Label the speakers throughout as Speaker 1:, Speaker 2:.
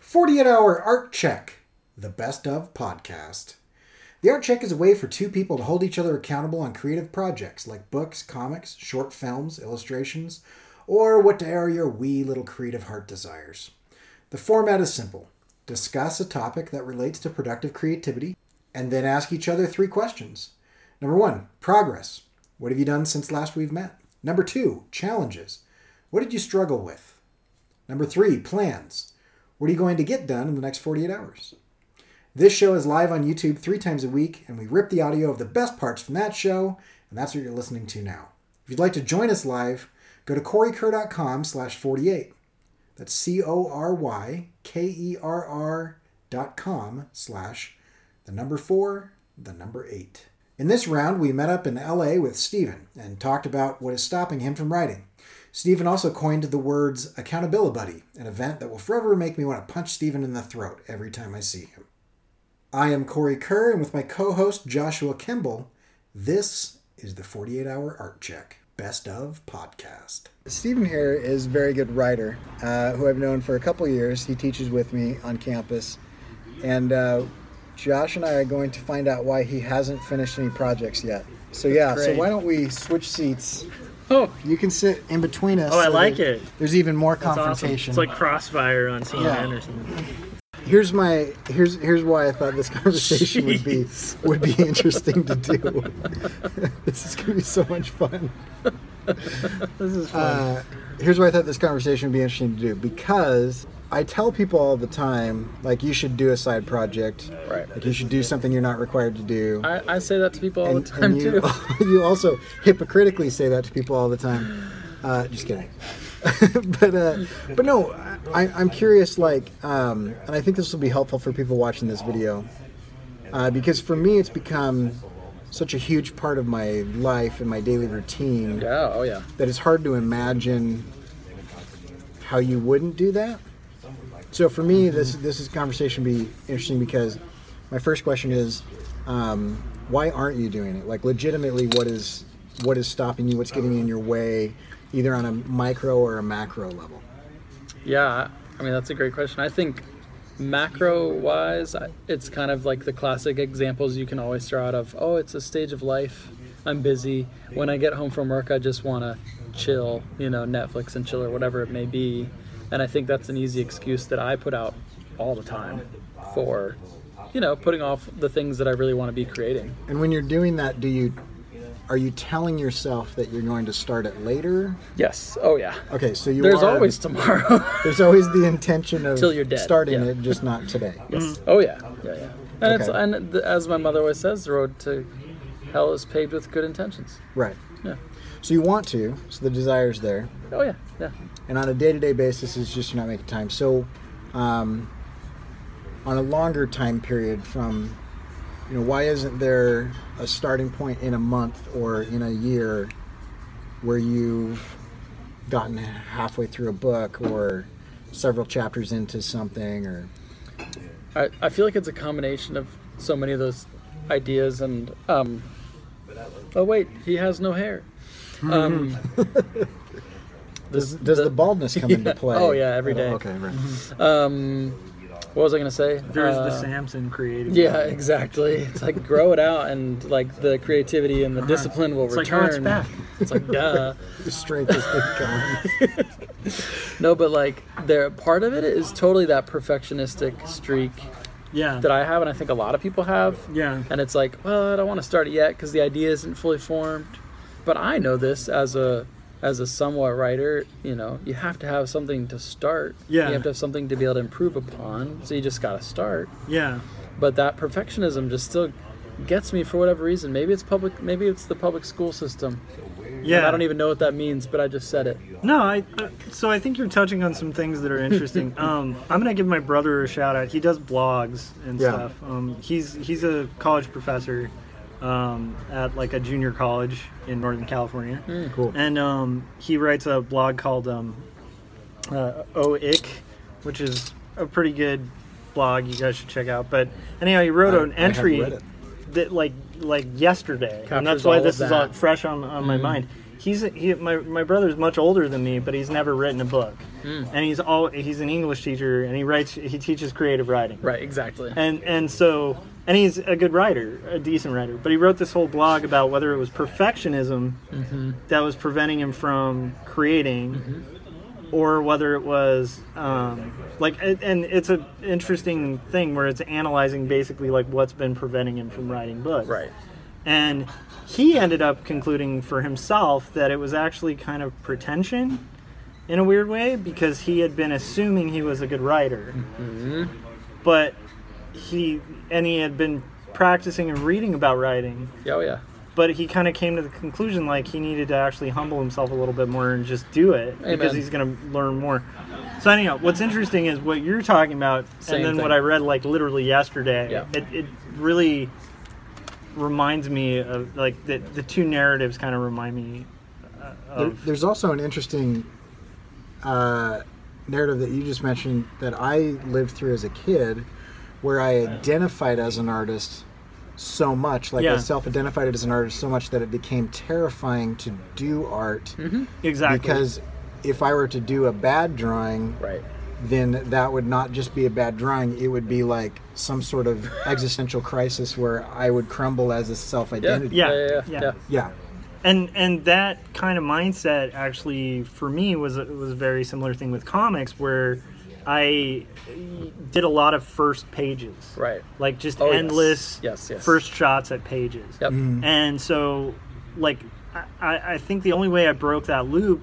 Speaker 1: 48 hour art check, the best of podcast. The art check is a way for two people to hold each other accountable on creative projects like books, comics, short films, illustrations, or whatever your wee little creative heart desires. The format is simple discuss a topic that relates to productive creativity, and then ask each other three questions. Number one, progress. What have you done since last we've met? Number two, challenges. What did you struggle with? Number three, plans. What are you going to get done in the next 48 hours? This show is live on YouTube three times a week, and we rip the audio of the best parts from that show, and that's what you're listening to now. If you'd like to join us live, go to corykerr.com slash 48. That's C-O-R-Y-K-E-R-R E dot com slash the number four, the number eight. In this round, we met up in LA with Steven and talked about what is stopping him from writing. Steven also coined the words accountability buddy, an event that will forever make me want to punch Steven in the throat every time I see him. I am Corey Kerr, and with my co host Joshua Kimball, this is the 48 Hour Art Check Best of Podcast.
Speaker 2: Stephen here is a very good writer uh, who I've known for a couple years. He teaches with me on campus. And uh, Josh and I are going to find out why he hasn't finished any projects yet. So, yeah, so
Speaker 3: Great.
Speaker 2: why don't we switch seats?
Speaker 3: Oh,
Speaker 2: You can sit in between us.
Speaker 3: Oh, I
Speaker 2: so
Speaker 3: like
Speaker 2: there-
Speaker 3: it.
Speaker 2: There's even more
Speaker 3: that's awesome.
Speaker 2: confrontation.
Speaker 3: It's like crossfire on CNN
Speaker 2: Yeah.
Speaker 3: or something.
Speaker 2: here's my here's here's why I thought this conversation would be would be interesting to do. this is gonna be so much fun.
Speaker 3: This is fun.
Speaker 2: Uh, here's why I thought this conversation would be interesting to do because I tell people all the time, like you should do a side project,
Speaker 3: Right.
Speaker 2: Like you should do something you're not required to do.
Speaker 3: I, I say that to people all
Speaker 2: Uh, And-
Speaker 3: the time
Speaker 2: and you,
Speaker 3: too.
Speaker 2: you also hypocritically say that to people all the time. Uh, just kidding. but uh, but no, I, I'm curious. Like, um, and I think this will be helpful for people watching this video, uh, because for me, it's become such a huge part of my life and my daily routine
Speaker 3: Yeah, oh yeah.
Speaker 2: that it's hard to imagine how you wouldn't do that. So for me, this this is conversation be interesting because my first question is, um, why aren't you doing it? Like legitimately, what is what is stopping you? What's getting in your way, either on a micro or a macro level?
Speaker 3: Yeah, I mean that's a great question. I think macro wise, it's kind of like the classic examples you can always throw out of. Oh, it's a stage of life. I'm busy. When I get home from work, I just want to chill, you know, Netflix and chill or whatever it may be. And I think that's an easy excuse that I put out all the time for, you know, putting off the things that I really want to be creating.
Speaker 2: And when you're doing that, do you are you telling yourself that you're going to start it later?
Speaker 3: Yes. Oh yeah.
Speaker 2: Okay, so you
Speaker 3: There's
Speaker 2: are-
Speaker 3: always tomorrow.
Speaker 2: there's always the intention of
Speaker 3: Till you're dead,
Speaker 2: starting
Speaker 3: yeah.
Speaker 2: it, just not today.
Speaker 3: Oh yeah, yeah, yeah. And it's
Speaker 2: Okay.
Speaker 3: and th- as my mother always says, the road to hell is paved with good intentions.
Speaker 2: Right.
Speaker 3: Yeah.
Speaker 2: So you want to, so the desire's there,
Speaker 3: Oh yeah, yeah.
Speaker 2: and on a day-to-day basis, it's just you're not making time. So, um, on a longer time period, from you know, why isn't there a starting point in a month or in a year where you've gotten halfway through a book or several chapters into something, or
Speaker 3: I, I feel like it's a combination of so many of those ideas and um. Oh wait, he has no hair. Um,
Speaker 2: Hmm. does, does the, baldness come into
Speaker 3: Yeah.
Speaker 2: play?
Speaker 3: Oh, yeah, every
Speaker 2: at all?
Speaker 3: day.
Speaker 2: Okay, right.
Speaker 3: um, what was I gonna say?
Speaker 4: There's the
Speaker 3: Uh,
Speaker 4: Samson creative.
Speaker 3: Yeah, exactly. It's like grow it out, and like the creativity and the
Speaker 2: Uh-huh.
Speaker 3: discipline will
Speaker 4: It's like,
Speaker 3: return.
Speaker 4: oh, it's back.
Speaker 3: It's like duh.
Speaker 2: the strength has been gone.
Speaker 3: No, but like there, part of it is totally that perfectionistic streak
Speaker 4: Yeah.
Speaker 3: that I have, and I think a lot of people have.
Speaker 4: yeah.
Speaker 3: And it's like, well, I don't want to start it yet because the idea isn't fully formed. But I know this as a as a somewhat writer, you know, you have to have something to start.
Speaker 4: Yeah.
Speaker 3: You have to have something to be able to improve upon. So you just gotta start.
Speaker 4: Yeah.
Speaker 3: But that perfectionism just still gets me for whatever reason. Maybe it's public. Maybe it's the public school system.
Speaker 4: Yeah.
Speaker 3: And I don't even know what that means, but I just said it.
Speaker 4: No, I. I- So I think you're touching on some things that are interesting. um, I'm gonna give my brother a shout out. He does blogs and
Speaker 2: Yeah.
Speaker 4: stuff. Um, he's he's a college professor, um, at like a junior college in Northern California.
Speaker 2: Cool.
Speaker 4: And um, he writes a blog called um, uh, OIC, which is a pretty good blog. You guys should check out. But anyhow, he wrote
Speaker 2: I-
Speaker 4: an
Speaker 2: I have
Speaker 4: entry
Speaker 2: read it.
Speaker 4: that like like yesterday, and
Speaker 3: Captures
Speaker 4: that's why
Speaker 3: all of
Speaker 4: this is all
Speaker 3: that. Mm.
Speaker 4: fresh on, on my mind. he's he, my my brother's much older than me, but he's never written a book,
Speaker 3: Mm.
Speaker 4: and he's all he's an English teacher, and he writes he teaches creative writing,
Speaker 3: Right, exactly.
Speaker 4: and and so and he's a good writer, a decent writer, but he wrote this whole blog about whether it was perfectionism that was preventing him from creating. Or whether it was um, like, and and it's an interesting thing where it's analyzing basically like what's been preventing him from writing books.
Speaker 3: Right.
Speaker 4: And he ended up concluding for himself that it was actually kind of pretension in a weird way because he had been assuming he was a good writer. But he, and he had been practicing and reading about writing,
Speaker 3: Yeah, Oh, yeah.
Speaker 4: but he kind of came to the conclusion like he needed to actually humble himself a little bit more and just do it because
Speaker 3: Amen.
Speaker 4: he's going to learn more. So anyhow, what's interesting is what you're talking about,
Speaker 3: Same
Speaker 4: and then what
Speaker 3: thing.
Speaker 4: I read like literally yesterday.
Speaker 3: Yeah.
Speaker 4: It, it really reminds me of like the, the two narratives kind of remind me uh,
Speaker 2: There,
Speaker 4: of
Speaker 2: there's also an interesting uh, narrative that you just mentioned that I lived through as a kid, where I identified as an artist so much, like I
Speaker 4: Yeah.
Speaker 2: self-identified as an artist so much that it became terrifying to do art
Speaker 4: Mm-hmm. exactly
Speaker 2: because if I were to do a bad drawing,
Speaker 3: Right.
Speaker 2: then that would not just be a bad drawing. It would be like some sort of existential crisis where I would crumble as a self identity.
Speaker 4: Yeah,
Speaker 3: Yeah, yeah, yeah.
Speaker 4: yeah.
Speaker 3: yeah.
Speaker 2: Yeah.
Speaker 4: and and that kind of mindset actually for me was was a very similar thing with comics where I did a lot of first pages
Speaker 3: Right.
Speaker 4: like just
Speaker 3: Oh, yes.
Speaker 4: endless
Speaker 3: Yes, yes.
Speaker 4: first shots at pages
Speaker 3: Yep.
Speaker 2: Mm-hmm.
Speaker 4: and so like I- I, I think the only way I broke that loop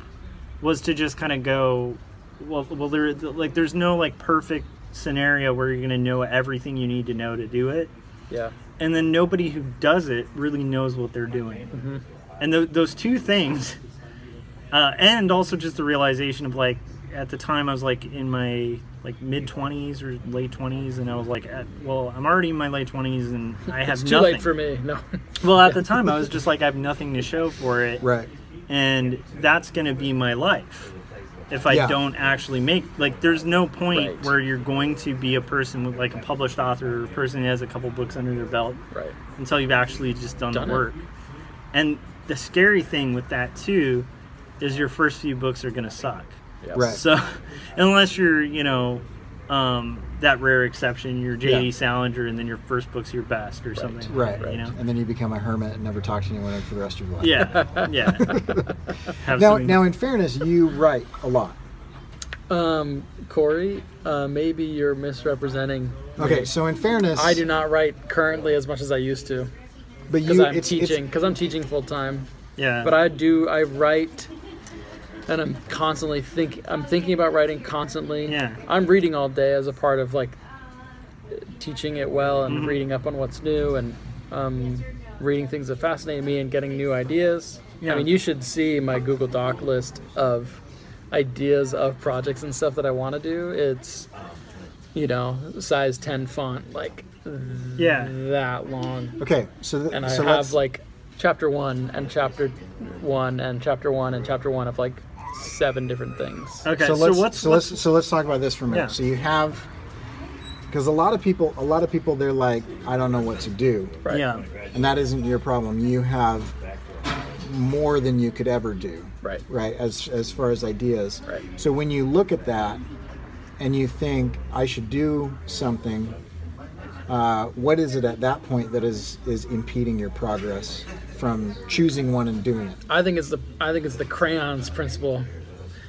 Speaker 4: was to just kind of go well well there like there's no like perfect scenario where you're gonna know everything you need to know to do it
Speaker 3: Yeah.
Speaker 4: and then nobody who does it really knows what they're doing.
Speaker 3: Mm-hmm.
Speaker 4: And th- those two things, uh, and also just the realization of like, at the time I was like in my like mid twenties or late twenties, and I was like, at, well, I'm already in my late twenties, and I have
Speaker 3: It's too
Speaker 4: nothing.
Speaker 3: late for me. No.
Speaker 4: Well, at the time I was just like, I have nothing to show for it,
Speaker 2: Right.
Speaker 4: and that's going to be my life if I
Speaker 2: Yeah.
Speaker 4: don't actually make like there's no point
Speaker 3: Right.
Speaker 4: where you're going to be a person with like a published author or a person who has a couple books under their belt
Speaker 3: right.
Speaker 4: until you've actually just done,
Speaker 3: Done it.
Speaker 4: the work. And the scary thing with that too is your first few books are going to suck.
Speaker 3: Yes.
Speaker 2: Right.
Speaker 4: So unless you're, you know, um, that rare exception, you're J.D.
Speaker 2: Yeah.
Speaker 4: Salinger, and then your first book's your best or something. like
Speaker 2: Right.
Speaker 4: that, You know.
Speaker 2: And then you become a hermit and never talk to anyone for the rest of your life.
Speaker 4: Yeah. Yeah. Have
Speaker 2: Now,
Speaker 4: some-
Speaker 2: now, in fairness, you write a lot.
Speaker 3: Um, Corey, uh, maybe you're misrepresenting.
Speaker 2: Okay, so in fairness,
Speaker 3: I do not write currently as much as I used to
Speaker 2: But
Speaker 3: because
Speaker 2: you,
Speaker 3: I'm
Speaker 2: it's, it's-
Speaker 3: teaching. Because I'm teaching full time.
Speaker 4: Yeah.
Speaker 3: But I do. I write, and I'm constantly think. I'm thinking about writing constantly.
Speaker 4: Yeah.
Speaker 3: I'm reading all day as a part of like teaching it well
Speaker 4: Mm-hmm.
Speaker 3: and reading up on what's new and um, reading things that fascinate me and getting new ideas.
Speaker 4: Yeah.
Speaker 3: I mean, you should see my Google Doc list of ideas of projects and stuff that I want to do. It's you know size 10 font like
Speaker 4: yeah.
Speaker 3: that long
Speaker 2: Okay, so th-
Speaker 3: and I
Speaker 2: so
Speaker 3: have
Speaker 2: let's,
Speaker 3: like chapter one and chapter one and chapter one and chapter one of like seven different things.
Speaker 4: Okay.
Speaker 2: so
Speaker 4: So,
Speaker 2: let's
Speaker 4: what's
Speaker 2: so let's so let's talk about this for a minute.
Speaker 4: Yeah.
Speaker 2: So you have because a lot of people, a lot of people, they're like, I don't know what to do,
Speaker 3: Right.
Speaker 4: yeah.
Speaker 2: and that isn't your problem. You have more than you could ever do.
Speaker 3: Right.
Speaker 2: right as as far as ideas
Speaker 3: Right.
Speaker 2: so when you look at that and you think i should do something uh, what is it at that point that is is impeding your progress from choosing one and doing it
Speaker 3: I think it's the I think it's the crayons principle.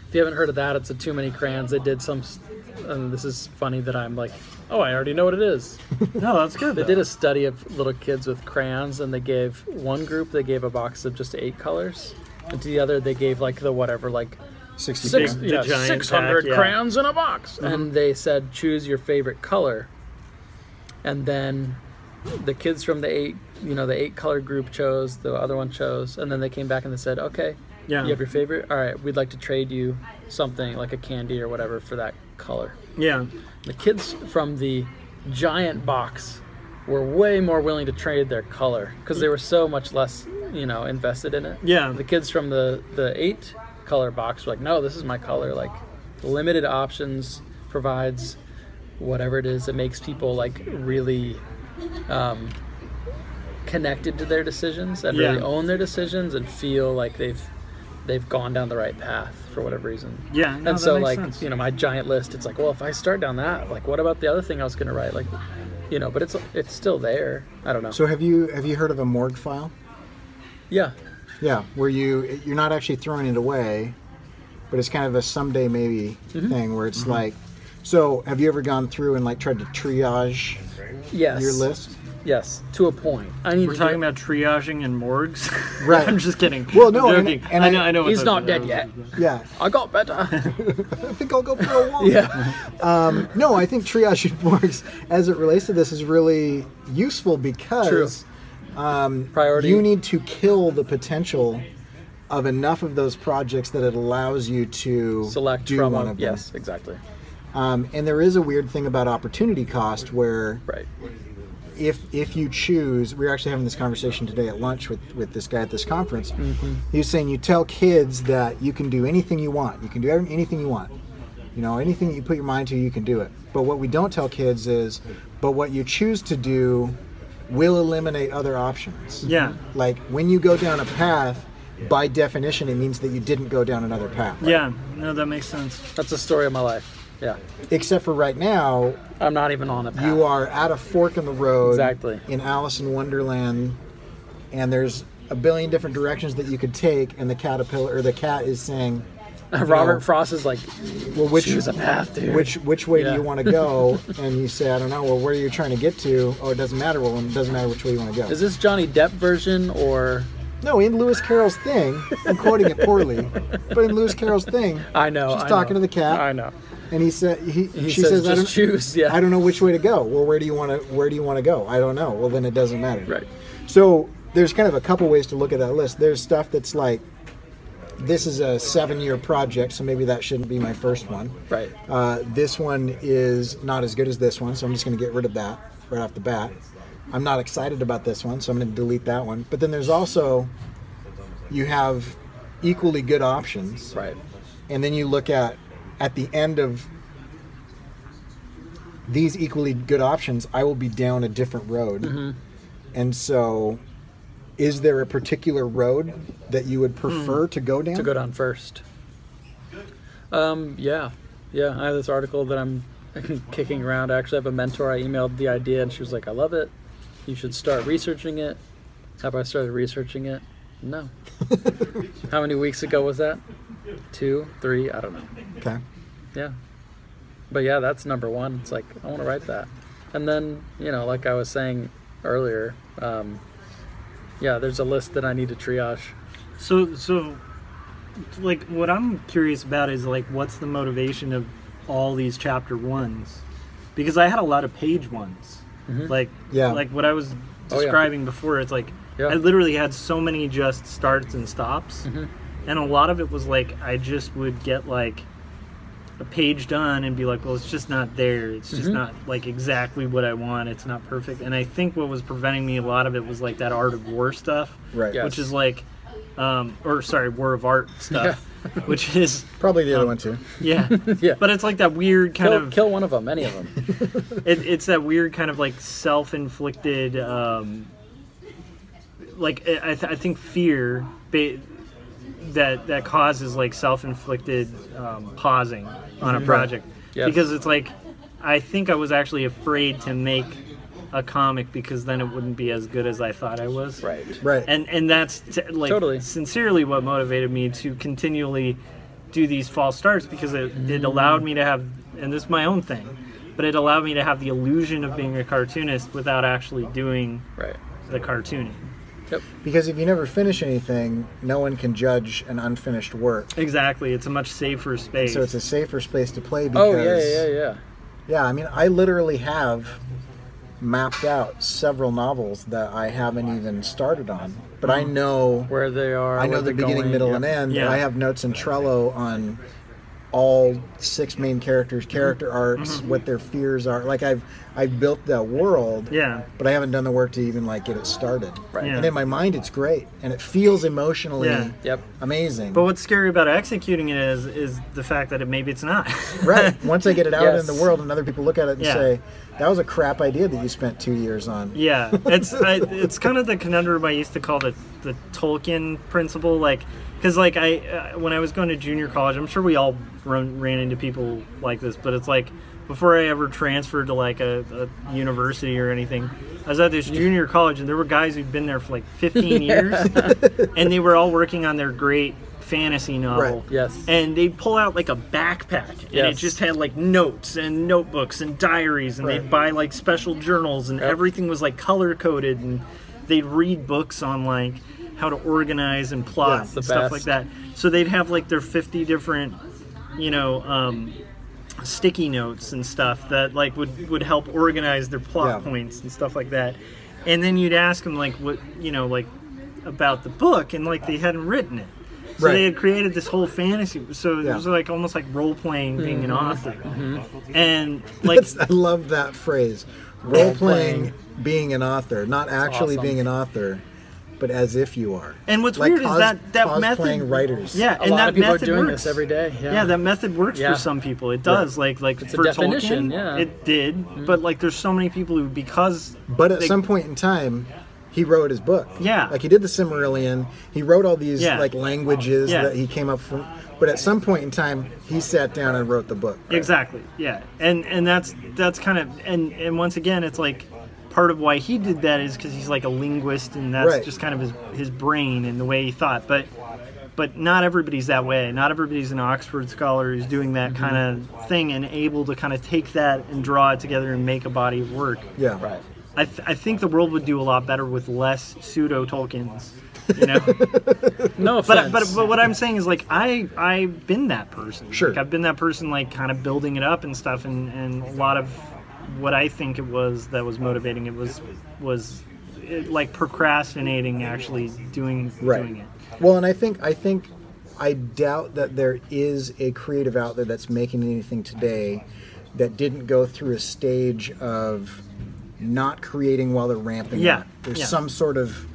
Speaker 3: If you haven't heard of that, it's a too many crayons. They did some. s- And this is funny that I'm like, oh, I already know what it is.
Speaker 4: No, that's good.
Speaker 3: They did a study of little kids with crayons, and they gave one group they gave a box of just eight colors, and to the other they gave like the whatever like
Speaker 2: 60
Speaker 3: six,
Speaker 4: The
Speaker 3: yeah,
Speaker 4: giant pack,
Speaker 3: 600
Speaker 4: yeah.
Speaker 3: crayons in a box. And they said, choose your favorite color. And then the kids from the eight, you know, the eight color group chose, the other one chose. And then they came back and they said, okay,
Speaker 4: Yeah.
Speaker 3: you have your favorite? All right, we'd like to trade you something like a candy or whatever for that color.
Speaker 4: yeah.
Speaker 3: The kids from the giant box were way more willing to trade their color because they were so much less, you know, invested in it.
Speaker 4: Yeah.
Speaker 3: The kids from the the eight color box were like, no, this is my color. Like, limited options provides whatever it is that makes people like really um, connected to their decisions and really
Speaker 4: Yeah.
Speaker 3: own their decisions and feel like they've they've gone down the right path for whatever reason.
Speaker 4: Yeah, no,
Speaker 3: and
Speaker 4: that
Speaker 3: so
Speaker 4: makes
Speaker 3: like
Speaker 4: sense.
Speaker 3: you know my giant list, it's like well if I start down that, like what about the other thing I was gonna write, like you know, but it's it's still there. I don't know.
Speaker 2: So have you have you heard of a morgue file?
Speaker 3: yeah,
Speaker 2: Yeah, where you you're not actually throwing it away, but it's kind of a someday maybe
Speaker 3: Mm-hmm.
Speaker 2: thing where it's like. So have you ever gone through and like tried to triage
Speaker 3: yes,
Speaker 2: your list?
Speaker 3: Yes, to a point. I need
Speaker 4: We're
Speaker 3: to
Speaker 4: talking
Speaker 3: get-
Speaker 4: about triaging and morgues.
Speaker 2: Right.
Speaker 4: I'm just kidding.
Speaker 2: Well, no,
Speaker 4: I'm
Speaker 2: and-
Speaker 4: joking.
Speaker 2: and
Speaker 4: I
Speaker 2: I-
Speaker 4: know. I know what
Speaker 3: He's
Speaker 4: those
Speaker 3: not
Speaker 4: are.
Speaker 3: dead yet.
Speaker 2: Yeah,
Speaker 3: I got better.
Speaker 2: I think I'll go for a walk.
Speaker 3: yeah.
Speaker 2: Um, no, I think triage works as it relates to this is really useful because um,
Speaker 3: Priority.
Speaker 2: You need to kill the potential of enough of those projects that it allows you to
Speaker 3: Select
Speaker 2: do
Speaker 3: from
Speaker 2: one
Speaker 3: a-
Speaker 2: of them.
Speaker 3: Yes, exactly.
Speaker 2: Um, and there is a weird thing about opportunity cost where
Speaker 3: Right.
Speaker 2: if if you choose, we were actually having this conversation today at lunch with, with this guy at this conference.
Speaker 4: Mm-hmm.
Speaker 2: He was saying you tell kids that you can do anything you want, you can do every- anything you want, you know, anything that you put your mind to, you can do it. But what we don't tell kids is, but what you choose to do will eliminate other options.
Speaker 4: Yeah.
Speaker 2: Like when you go down a path, by definition, it means that you didn't go down another path.
Speaker 4: Yeah. No, that makes sense.
Speaker 3: That's the story of my life. Yeah.
Speaker 2: Except for right now,
Speaker 3: I'm not even on a path.
Speaker 2: you are at a fork in the road
Speaker 3: Exactly.
Speaker 2: in alice in wonderland and there's a billion different directions that you could take and the caterpillar or the cat is saying
Speaker 3: Robert
Speaker 2: No.
Speaker 3: Frost is like,
Speaker 2: well which
Speaker 3: choose a path, dude.
Speaker 2: which which way
Speaker 3: Yeah.
Speaker 2: do you want to go and you say i don't know well where are you trying to get to oh it doesn't matter well it doesn't matter which way you want to go
Speaker 3: is this Johnny Depp version or
Speaker 2: no in lewis carroll's thing i'm quoting it poorly but in lewis carroll's thing
Speaker 3: I know.
Speaker 2: she's
Speaker 3: I
Speaker 2: talking
Speaker 3: know.
Speaker 2: to the cat
Speaker 3: I know.
Speaker 2: and he said he,
Speaker 3: He
Speaker 2: she
Speaker 3: says,
Speaker 2: says, i don't
Speaker 3: just choose. Yeah.
Speaker 2: I don't know which way to go. Well, where do you want to where do you want to go? I don't know. Well, then it doesn't matter.
Speaker 3: Right.
Speaker 2: So there's kind of a couple ways to look at that list. There's stuff that's like this is a seven-year project, so maybe that shouldn't be my first one.
Speaker 3: Right.
Speaker 2: Uh, this one is not as good as this one, so I'm just going to get rid of that right off the bat. I'm not excited about this one, so I'm going to delete that one. But then there's also you have equally good options
Speaker 3: Right.
Speaker 2: and then you look at at the end of these equally good options i will be down a different road and so is there a particular road that you would prefer to go down
Speaker 3: To go down first. Um. Yeah. Yeah. I have this article that I'm kicking around. I actually have a mentor. I emailed the idea, and she was like, "I love it. You should start researching it." Have I started researching it? No. How many weeks ago was that? Two, three. I don't know.
Speaker 2: okay
Speaker 3: Yeah. But yeah, that's number one. It's like, I want to write that. And then, you know, like I was saying earlier, um, yeah, there's a list that I need to triage.
Speaker 4: So, so, like, what I'm curious about is like, what's the motivation of all these chapter ones? Because I had a lot of page ones, like,
Speaker 2: Yeah.
Speaker 4: like what I was
Speaker 3: Mm-hmm. Oh, yeah.
Speaker 4: describing before. It's like
Speaker 3: Yeah. Mm-hmm.
Speaker 4: I literally had so many just starts and stops, and a lot of it was like I just would get like a page done and be like, well, it's just not there. It's just
Speaker 3: Mm-hmm.
Speaker 4: not like exactly what I want. It's not perfect. And I think what was preventing me a lot of it was like that art of war stuff
Speaker 2: right
Speaker 3: Yeah.
Speaker 4: which is like, um, or sorry, War of Art stuff, which is
Speaker 2: probably the other
Speaker 4: Um,
Speaker 2: one too
Speaker 4: yeah,
Speaker 3: Yeah.
Speaker 4: But it's like that weird kind
Speaker 3: kill,
Speaker 4: of
Speaker 3: kill one of them, any of them.
Speaker 4: It, it's that weird kind of like self-inflicted, um, like I, I th- I think fear ba- that that causes like self-inflicted um, pausing on a project
Speaker 3: Mm-hmm. Yes.
Speaker 4: because it's like I think I was actually afraid to make a comic because then it wouldn't be as good as I thought I was
Speaker 3: right.
Speaker 2: right
Speaker 4: and and that's t- like
Speaker 3: Totally.
Speaker 4: sincerely what motivated me to continually do these false starts because it, it allowed me to have and this is my own thing but it allowed me to have the illusion of being a cartoonist without actually doing
Speaker 3: Right.
Speaker 4: the cartooning
Speaker 2: because if you never finish anything no one can judge an unfinished work
Speaker 4: exactly it's a much safer space
Speaker 2: so it's a safer space to play because
Speaker 3: Oh, yeah, yeah, yeah.
Speaker 2: Yeah, I mean, I literally have mapped out several novels that I haven't even started on, but I
Speaker 4: Hmm.
Speaker 2: know
Speaker 3: Where they are.
Speaker 2: I
Speaker 3: where
Speaker 2: know the
Speaker 3: they're
Speaker 2: beginning,
Speaker 3: going.
Speaker 2: middle,
Speaker 3: yeah.
Speaker 2: and end.
Speaker 4: Yeah.
Speaker 2: I have notes in Trello on all six main
Speaker 4: Hmm.
Speaker 2: characters, character arcs, what their fears are. Like I've I've built that world,
Speaker 4: yeah
Speaker 2: but I haven't done the work to even like get it started.
Speaker 3: Right.
Speaker 4: Yeah.
Speaker 2: And in my mind, it's great, and it feels emotionally
Speaker 4: Yeah.
Speaker 3: Yep.
Speaker 2: amazing.
Speaker 4: but what's scary about executing it is is the fact that it maybe it's not
Speaker 2: right. Once I get it out
Speaker 3: Yes.
Speaker 2: in the world, and other people look at it and
Speaker 4: Yeah.
Speaker 2: say, "That was a crap idea that you spent two years on."
Speaker 4: Yeah, it's I, it's kind of the conundrum I used to call the the Tolkien principle, like because like I uh, when I was going to junior college, I'm sure we all run, ran into people like this, but it's like before I ever transferred to like a, a university or anything, I was at this junior college and there were guys who'd been there for like 15 years, and they were all working on their great fantasy novel.
Speaker 2: Right.
Speaker 3: Yes.
Speaker 4: And they'd pull out like a backpack, and it
Speaker 3: Yes.
Speaker 4: just had like notes and notebooks and diaries, and they'd
Speaker 2: Right.
Speaker 4: buy like special journals, and
Speaker 3: Yep.
Speaker 4: everything was like color coded, and they'd read books on like how to organize and plot
Speaker 2: Yeah,
Speaker 4: and
Speaker 3: the
Speaker 4: stuff like
Speaker 3: best.
Speaker 4: that. So they'd have like their 50 different, you know, um, sticky notes and stuff that like would would help organize their plot
Speaker 2: Yeah.
Speaker 4: points and stuff like that. And then you'd ask them like what you know like about the book and like they hadn't written it. So
Speaker 2: Right.
Speaker 4: they had created this whole fantasy. So it
Speaker 2: Yeah.
Speaker 4: was like almost like role playing being an
Speaker 3: Mm-hmm.
Speaker 4: author. And like
Speaker 2: I love that phrase. Role playing, being an author, not actually
Speaker 3: awesome.
Speaker 2: being an author, but as if you are.
Speaker 4: and what's
Speaker 2: Like
Speaker 4: weird
Speaker 2: cos-
Speaker 4: is that that
Speaker 2: cosplaying
Speaker 4: method
Speaker 2: writers.
Speaker 4: Yeah,
Speaker 3: a
Speaker 4: and
Speaker 3: lot
Speaker 4: that
Speaker 3: of people are
Speaker 4: method
Speaker 3: doing
Speaker 4: works.
Speaker 3: this every day. Yeah.
Speaker 4: Yeah. that method works
Speaker 3: Yeah.
Speaker 4: for some people. It does. Like like
Speaker 3: a
Speaker 4: for
Speaker 3: definition,
Speaker 4: Tolkien,
Speaker 3: yeah. Mm-hmm.
Speaker 4: it did. But like there's so many people who because
Speaker 2: But at
Speaker 4: they-
Speaker 2: some point in time, he wrote his book.
Speaker 4: Yeah.
Speaker 2: Like he did the Cimmerillion. He wrote all these
Speaker 4: Yeah.
Speaker 2: like languages
Speaker 4: Yeah.
Speaker 2: that he came up from. But at some point in time, he sat down and wrote the book.
Speaker 4: Exactly. Yeah. And and that's that's kind of and and once again it's like part of why he did that is cuz he's like a linguist and that's
Speaker 2: Right.
Speaker 4: just kind of his his brain and the way he thought. But but not everybody's that way. Not everybody's an Oxford scholar who's doing that kind of thing and able to kind of take that and draw it together and make a body of work.
Speaker 2: Yeah.
Speaker 3: Right.
Speaker 4: I, th- I think the world would do a lot better with less pseudo Tolkien's, you know.
Speaker 3: No
Speaker 4: But, uh,
Speaker 3: offense.
Speaker 4: but but what I'm saying is like I I've been that person.
Speaker 2: Sure.
Speaker 4: Like, I've been that person like kind of building it up and stuff, and and a lot of what I think it was that was motivating it was was it, like procrastinating actually doing
Speaker 2: Right.
Speaker 4: doing it.
Speaker 2: Well, and I think I think I doubt that there is a creative out there that's making anything today that didn't go through a stage of not creating while they're ramping
Speaker 4: Yeah,
Speaker 2: up. There's
Speaker 4: yeah. Mm-hmm.
Speaker 2: some sort of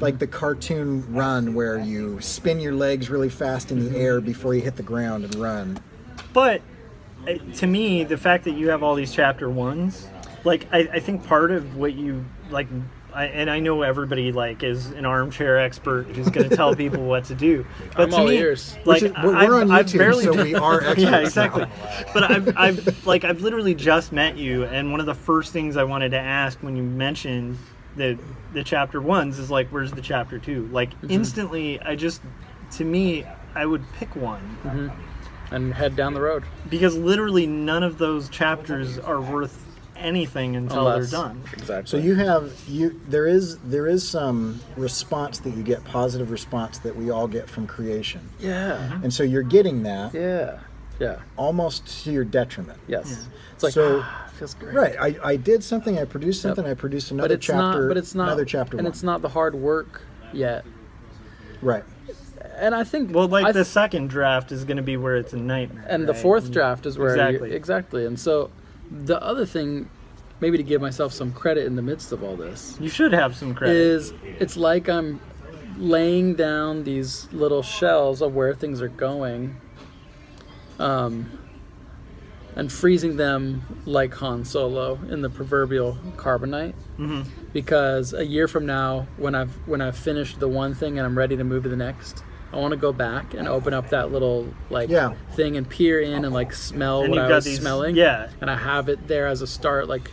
Speaker 2: like the cartoon run where you spin your legs really fast in
Speaker 4: Mm-hmm.
Speaker 2: the air before you hit the ground and run.
Speaker 4: But uh, to me, the fact that you have all these chapter ones, like I, I think part of what you like, I, and I know everybody like is an armchair expert who's going to tell people what to do. But
Speaker 3: I'm
Speaker 4: to
Speaker 3: all
Speaker 4: me,
Speaker 3: ears.
Speaker 4: like
Speaker 2: Which is- we're,
Speaker 4: I've,
Speaker 2: we're on
Speaker 4: I've
Speaker 2: YouTube,
Speaker 4: barely
Speaker 2: so we are experts.
Speaker 4: yeah,
Speaker 2: now.
Speaker 4: exactly. But I've, I've like I've literally just met you, and one of the first things I wanted to ask when you mentioned the the chapter ones is like, where's the chapter two? Like
Speaker 3: Mm-hmm.
Speaker 4: instantly, I just to me, I would pick one
Speaker 3: and head down the road.
Speaker 4: because literally none of those chapters are worth anything until
Speaker 3: Unless-
Speaker 4: oh, they're done.
Speaker 3: Exactly.
Speaker 2: So you have you there is there is some response that you get positive response that we all get from creation.
Speaker 4: Mm-hmm.
Speaker 3: Yeah.
Speaker 2: And so you're getting that
Speaker 3: Yeah. Yeah.
Speaker 2: almost to your detriment.
Speaker 3: Yes. It's like ah,
Speaker 2: So-
Speaker 3: feels great.
Speaker 2: Right. I, I did something, I produced something, I produced another
Speaker 3: But it's
Speaker 2: chapter.
Speaker 3: not. But it's not.
Speaker 2: another chapter
Speaker 3: And
Speaker 2: one.
Speaker 3: it's not the hard work yet.
Speaker 2: right.
Speaker 3: And I think
Speaker 4: Well, like
Speaker 3: I
Speaker 4: the second draft is going to be where it's a nightmare.
Speaker 3: and the
Speaker 4: right?
Speaker 3: fourth draft is where
Speaker 4: Exactly.
Speaker 3: you, exactly and so the other thing maybe to give myself some credit in the midst of all this
Speaker 4: You should have some credit.
Speaker 3: is it's like i'm laying down these little shells of where things are going um, and freezing them like han solo in the proverbial carbonite
Speaker 4: Mm-hmm.
Speaker 3: because a year from now when i've when i've finished the one thing and i'm ready to move to the next i want to go back and open up that little like
Speaker 2: Yeah.
Speaker 3: thing and peer in and like smell
Speaker 4: And
Speaker 3: what
Speaker 4: you've
Speaker 3: i
Speaker 4: got
Speaker 3: was
Speaker 4: these-
Speaker 3: smelling
Speaker 4: yeah.
Speaker 3: and i have it there as a start like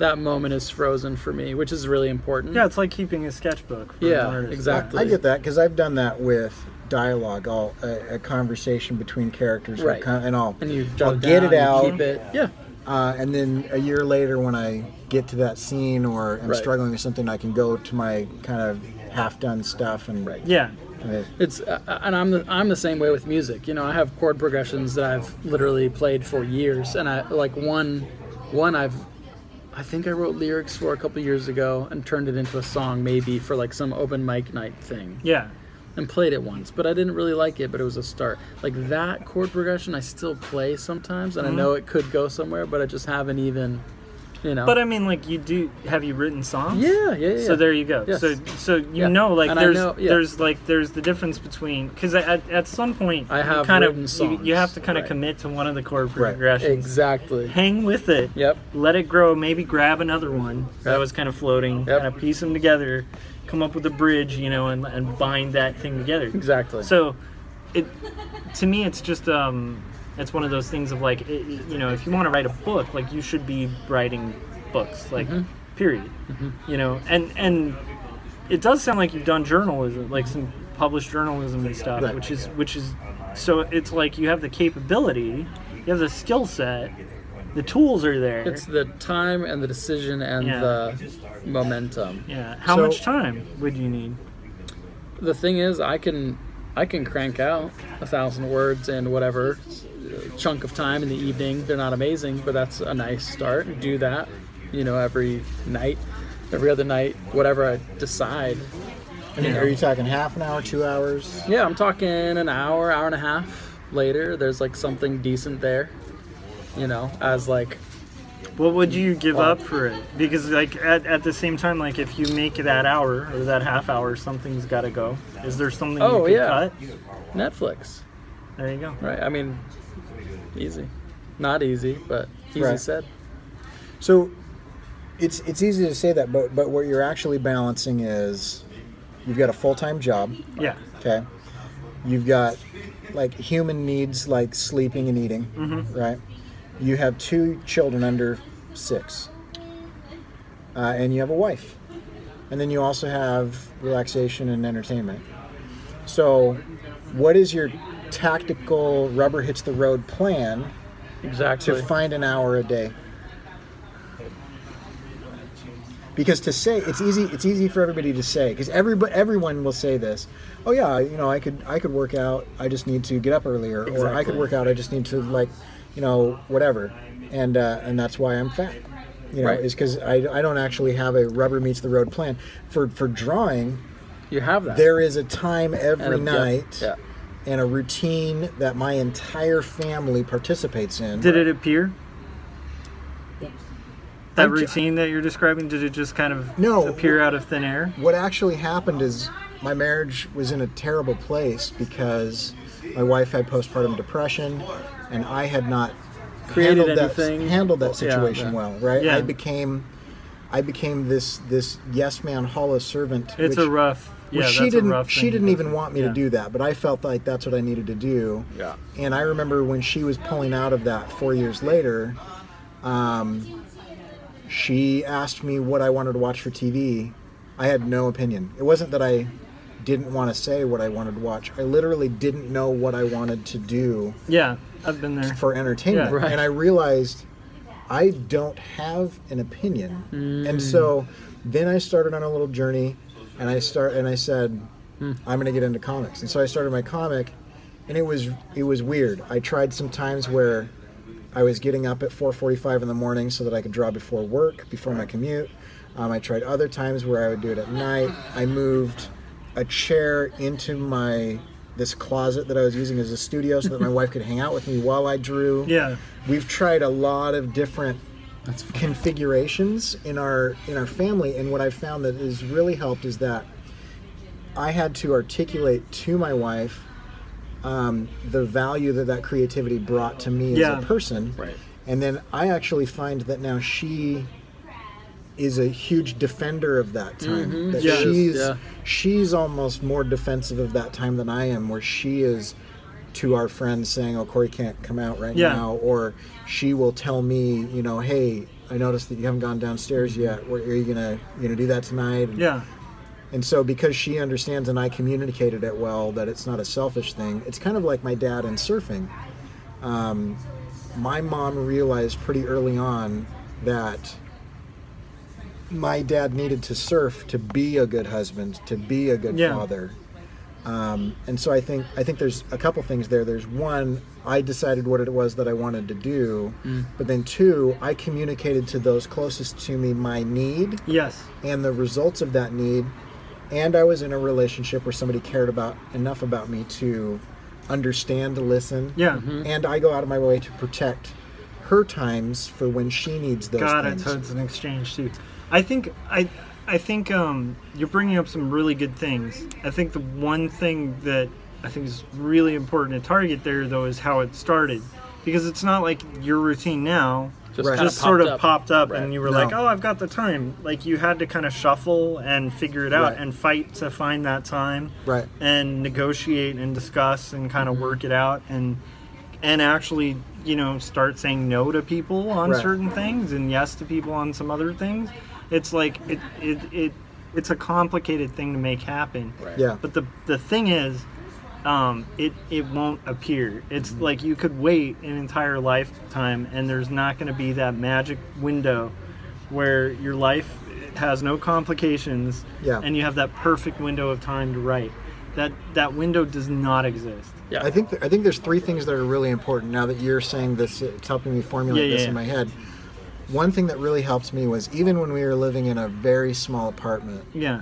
Speaker 3: that moment is frozen for me which is really important
Speaker 4: yeah, it's like keeping a sketchbook. For an
Speaker 3: Yeah,
Speaker 4: artist.
Speaker 3: exactly
Speaker 2: I get that because I've done that with dialogue, all a, a conversation between characters,
Speaker 3: Right.
Speaker 2: Con- and all.
Speaker 3: and you
Speaker 2: I'll
Speaker 3: jot it
Speaker 2: get
Speaker 3: down,
Speaker 2: it
Speaker 3: you
Speaker 2: out,
Speaker 3: keep it yeah
Speaker 2: uh, and then a year later when I get to that scene or am
Speaker 3: Right.
Speaker 2: struggling with something, I can go to my kind of half-done stuff and right.
Speaker 4: Yeah.
Speaker 3: It's uh, and I'm the, I'm the same way with music. You know, I have chord progressions that I've literally played for years, and I like one one I've I think I wrote lyrics for a couple years ago and turned it into a song maybe for like some open mic night thing
Speaker 4: Yeah.
Speaker 3: and played it once, but I didn't really like it, but it was a start. Like that chord progression I still play sometimes and I know it could go somewhere, but I just haven't even you know.
Speaker 4: But I mean, like, you do. Have you written songs?
Speaker 3: yeah, yeah, yeah.
Speaker 4: So there you go.
Speaker 3: Yes.
Speaker 4: So so you
Speaker 3: Yeah.
Speaker 4: know, like,
Speaker 3: And I
Speaker 4: there's
Speaker 3: know- yeah.
Speaker 4: there's like there's the difference between because at, at some point
Speaker 3: I
Speaker 4: you
Speaker 3: have
Speaker 4: kind
Speaker 3: written
Speaker 4: of you, you
Speaker 3: songs,
Speaker 4: have to kind of
Speaker 3: right.
Speaker 4: commit to one of the chord
Speaker 2: Right.
Speaker 4: progressions.
Speaker 3: Exactly.
Speaker 4: Hang with it.
Speaker 3: Yep.
Speaker 4: let it grow maybe grab another one that
Speaker 3: Yep.
Speaker 4: was kind of floating
Speaker 3: Yep.
Speaker 4: kind of piece them together come up with a bridge, you know, and, and bind that thing together.
Speaker 3: Exactly.
Speaker 4: So, it to me, it's just um, it's one of those things of like, it, you know, if you want to write a book, like you should be writing books, like,
Speaker 3: Mm-hmm.
Speaker 4: period. You know, and and it does sound like you've done journalism, like some published journalism and stuff,
Speaker 2: Right.
Speaker 4: which is which is so it's like you have the capability, you have the skill set, the tools are there.
Speaker 3: it's the time and the decision and
Speaker 4: Yeah.
Speaker 3: the momentum.
Speaker 4: yeah. How
Speaker 2: So-
Speaker 4: much time would you need?
Speaker 3: The thing is, I can I can crank out a thousand words in whatever uh, chunk of time in the evening. They're not amazing, but that's a nice start. Do that, you know, every night, every other night, whatever I decide.
Speaker 2: I mean, are you talking half an hour, two hours?
Speaker 3: Yeah, I'm talking an hour, hour and a half later. There's like something decent there, you know, as like
Speaker 4: What would you give up for it? Because like at, at the same time, like if you make that hour or that half hour, something's got to go. Is there something
Speaker 3: Oh,
Speaker 4: you could
Speaker 3: yeah.
Speaker 4: cut?
Speaker 3: Netflix,
Speaker 4: There you go.
Speaker 3: right? I mean, easy. Not easy, but easy
Speaker 2: Right.
Speaker 3: said.
Speaker 2: So it's it's easy to say that, but but what you're actually balancing is you've got a full time job,
Speaker 4: Yeah.
Speaker 2: okay? You've got like human needs like sleeping and eating, right? You have two children under six, uh, and you have a wife, and then you also have relaxation and entertainment. So, what is your tactical rubber hits the road plan to
Speaker 3: Exactly.
Speaker 2: find an hour a day because to say it's easy it's easy for everybody to say because everybody everyone will say this oh yeah you know i could i could work out i just need to get up earlier or i could
Speaker 4: Exactly.
Speaker 2: work out i just need to like you know whatever and uh, and that's why i'm fat you know
Speaker 3: Right.
Speaker 2: is because I, I don't actually have a rubber meets the road plan for for drawing
Speaker 3: you have that.
Speaker 2: there is a time
Speaker 3: And
Speaker 2: every
Speaker 3: a-
Speaker 2: night
Speaker 3: Yeah.
Speaker 2: and a routine that my entire family participates in
Speaker 4: Did it appear? That
Speaker 2: I'm ju-
Speaker 4: routine that you're describing, did it just kind of
Speaker 2: No.
Speaker 4: appear out of thin air?
Speaker 2: what actually happened is my marriage was in a terrible place because my wife had postpartum depression and I had not
Speaker 3: Created
Speaker 2: handled
Speaker 3: anything.
Speaker 2: that handled that
Speaker 3: Yeah,
Speaker 2: situation
Speaker 3: yeah.
Speaker 2: well, right?
Speaker 4: Yeah.
Speaker 2: I became I became this this yes man hollow servant.
Speaker 4: It's
Speaker 2: which-
Speaker 4: a rough. Yeah,
Speaker 2: well, she
Speaker 4: that's
Speaker 2: didn't
Speaker 4: a rough
Speaker 2: she
Speaker 4: thing.
Speaker 2: didn't even want me
Speaker 4: Yeah.
Speaker 2: to do that, but I felt like that's what I needed to do.
Speaker 3: Yeah.
Speaker 2: And I remember when she was pulling out of that four years later, um, she asked me what I wanted to watch for TV. I had no opinion. It wasn't that I didn't want to say what I wanted to watch. I literally didn't know what I wanted to do
Speaker 4: Yeah, I've been there.
Speaker 2: for entertainment.
Speaker 4: Yeah, right.
Speaker 2: And I realized I don't have an opinion. And
Speaker 4: Mm.
Speaker 2: so then I started on a little journey and I start and I said
Speaker 4: Hmm.
Speaker 2: I'm going to get into comics. And so I started my comic and it was it was weird. I tried some times where I was getting up at 4:45 in the morning so that I could draw before work, before my commute. Um, I tried other times where I would do it at night. I moved a chair into my this closet that I was using as a studio so that my wife could hang out with me while I drew.
Speaker 4: Yeah.
Speaker 2: We've tried a lot of different configurations in our in our family and what I've found that has really helped is that I had to articulate to my wife um, the value that that creativity brought to me
Speaker 4: Yeah.
Speaker 2: as a person.
Speaker 3: Right.
Speaker 2: And then I actually find that now she is a huge defender of that time. That
Speaker 4: Mm-hmm. Yes.
Speaker 2: she's
Speaker 3: Yeah.
Speaker 2: she's almost more defensive of that time than I am, where she is to our friends saying, "Oh, Corey can't come out right
Speaker 4: Yeah.
Speaker 2: now," or she will tell me, you know, "Hey, I noticed that you haven't gone downstairs yet. Where are you gonna you know do that tonight?" And,
Speaker 4: Yeah.
Speaker 2: and so, because she understands and I communicated it well, that it's not a selfish thing, it's kind of like my dad in surfing. Um, my mom realized pretty early on that my dad needed to surf to be a good husband, to be a good
Speaker 4: Yeah.
Speaker 2: father. Um, and so I think I think there's a couple things there. There's one, I decided what it was that I wanted to do, but then two, I communicated to those closest to me my need
Speaker 4: Yes.
Speaker 2: and the results of that need and i was in a relationship where somebody cared about enough about me to understand to listen
Speaker 4: Yeah.
Speaker 2: and i go out of my way to protect her times for when she needs those
Speaker 4: Got it.
Speaker 2: things
Speaker 4: So it's an exchange too. I think I, I think um, you're bringing up some really good things. I think the one thing that I think is really important to target there though is how it started, because it's not like your routine now
Speaker 3: Just,
Speaker 2: Right.
Speaker 3: kinda
Speaker 4: just sort
Speaker 3: popped up.
Speaker 4: of popped up
Speaker 3: Right.
Speaker 4: and you were
Speaker 2: No.
Speaker 4: like oh i've got the time like you had to kind of shuffle and figure it out
Speaker 2: Right.
Speaker 4: and fight to find that time
Speaker 2: Right. Mm-hmm.
Speaker 4: and negotiate and discuss and kind of work it out and and actually you know start saying no to people on
Speaker 2: Right.
Speaker 4: certain things and yes to people on some other things it's like it it, it it's a complicated thing to make happen
Speaker 3: Right.
Speaker 2: Yeah.
Speaker 4: but the the thing is, um, it it won't appear. It's
Speaker 2: Mm-hmm.
Speaker 4: like you could wait an entire lifetime, and there's not going to be that magic window where your life has no complications,
Speaker 2: Yeah.
Speaker 4: and you have that perfect window of time to write. That that window does not exist.
Speaker 3: Yeah.
Speaker 2: I think th- I think there's three things that are really important. Now that you're saying this, it's helping me formulate
Speaker 4: Yeah,
Speaker 2: this
Speaker 4: yeah,
Speaker 2: in
Speaker 4: yeah.
Speaker 2: my head. One thing that really helped me was even when we were living in a very small apartment,
Speaker 4: Yeah.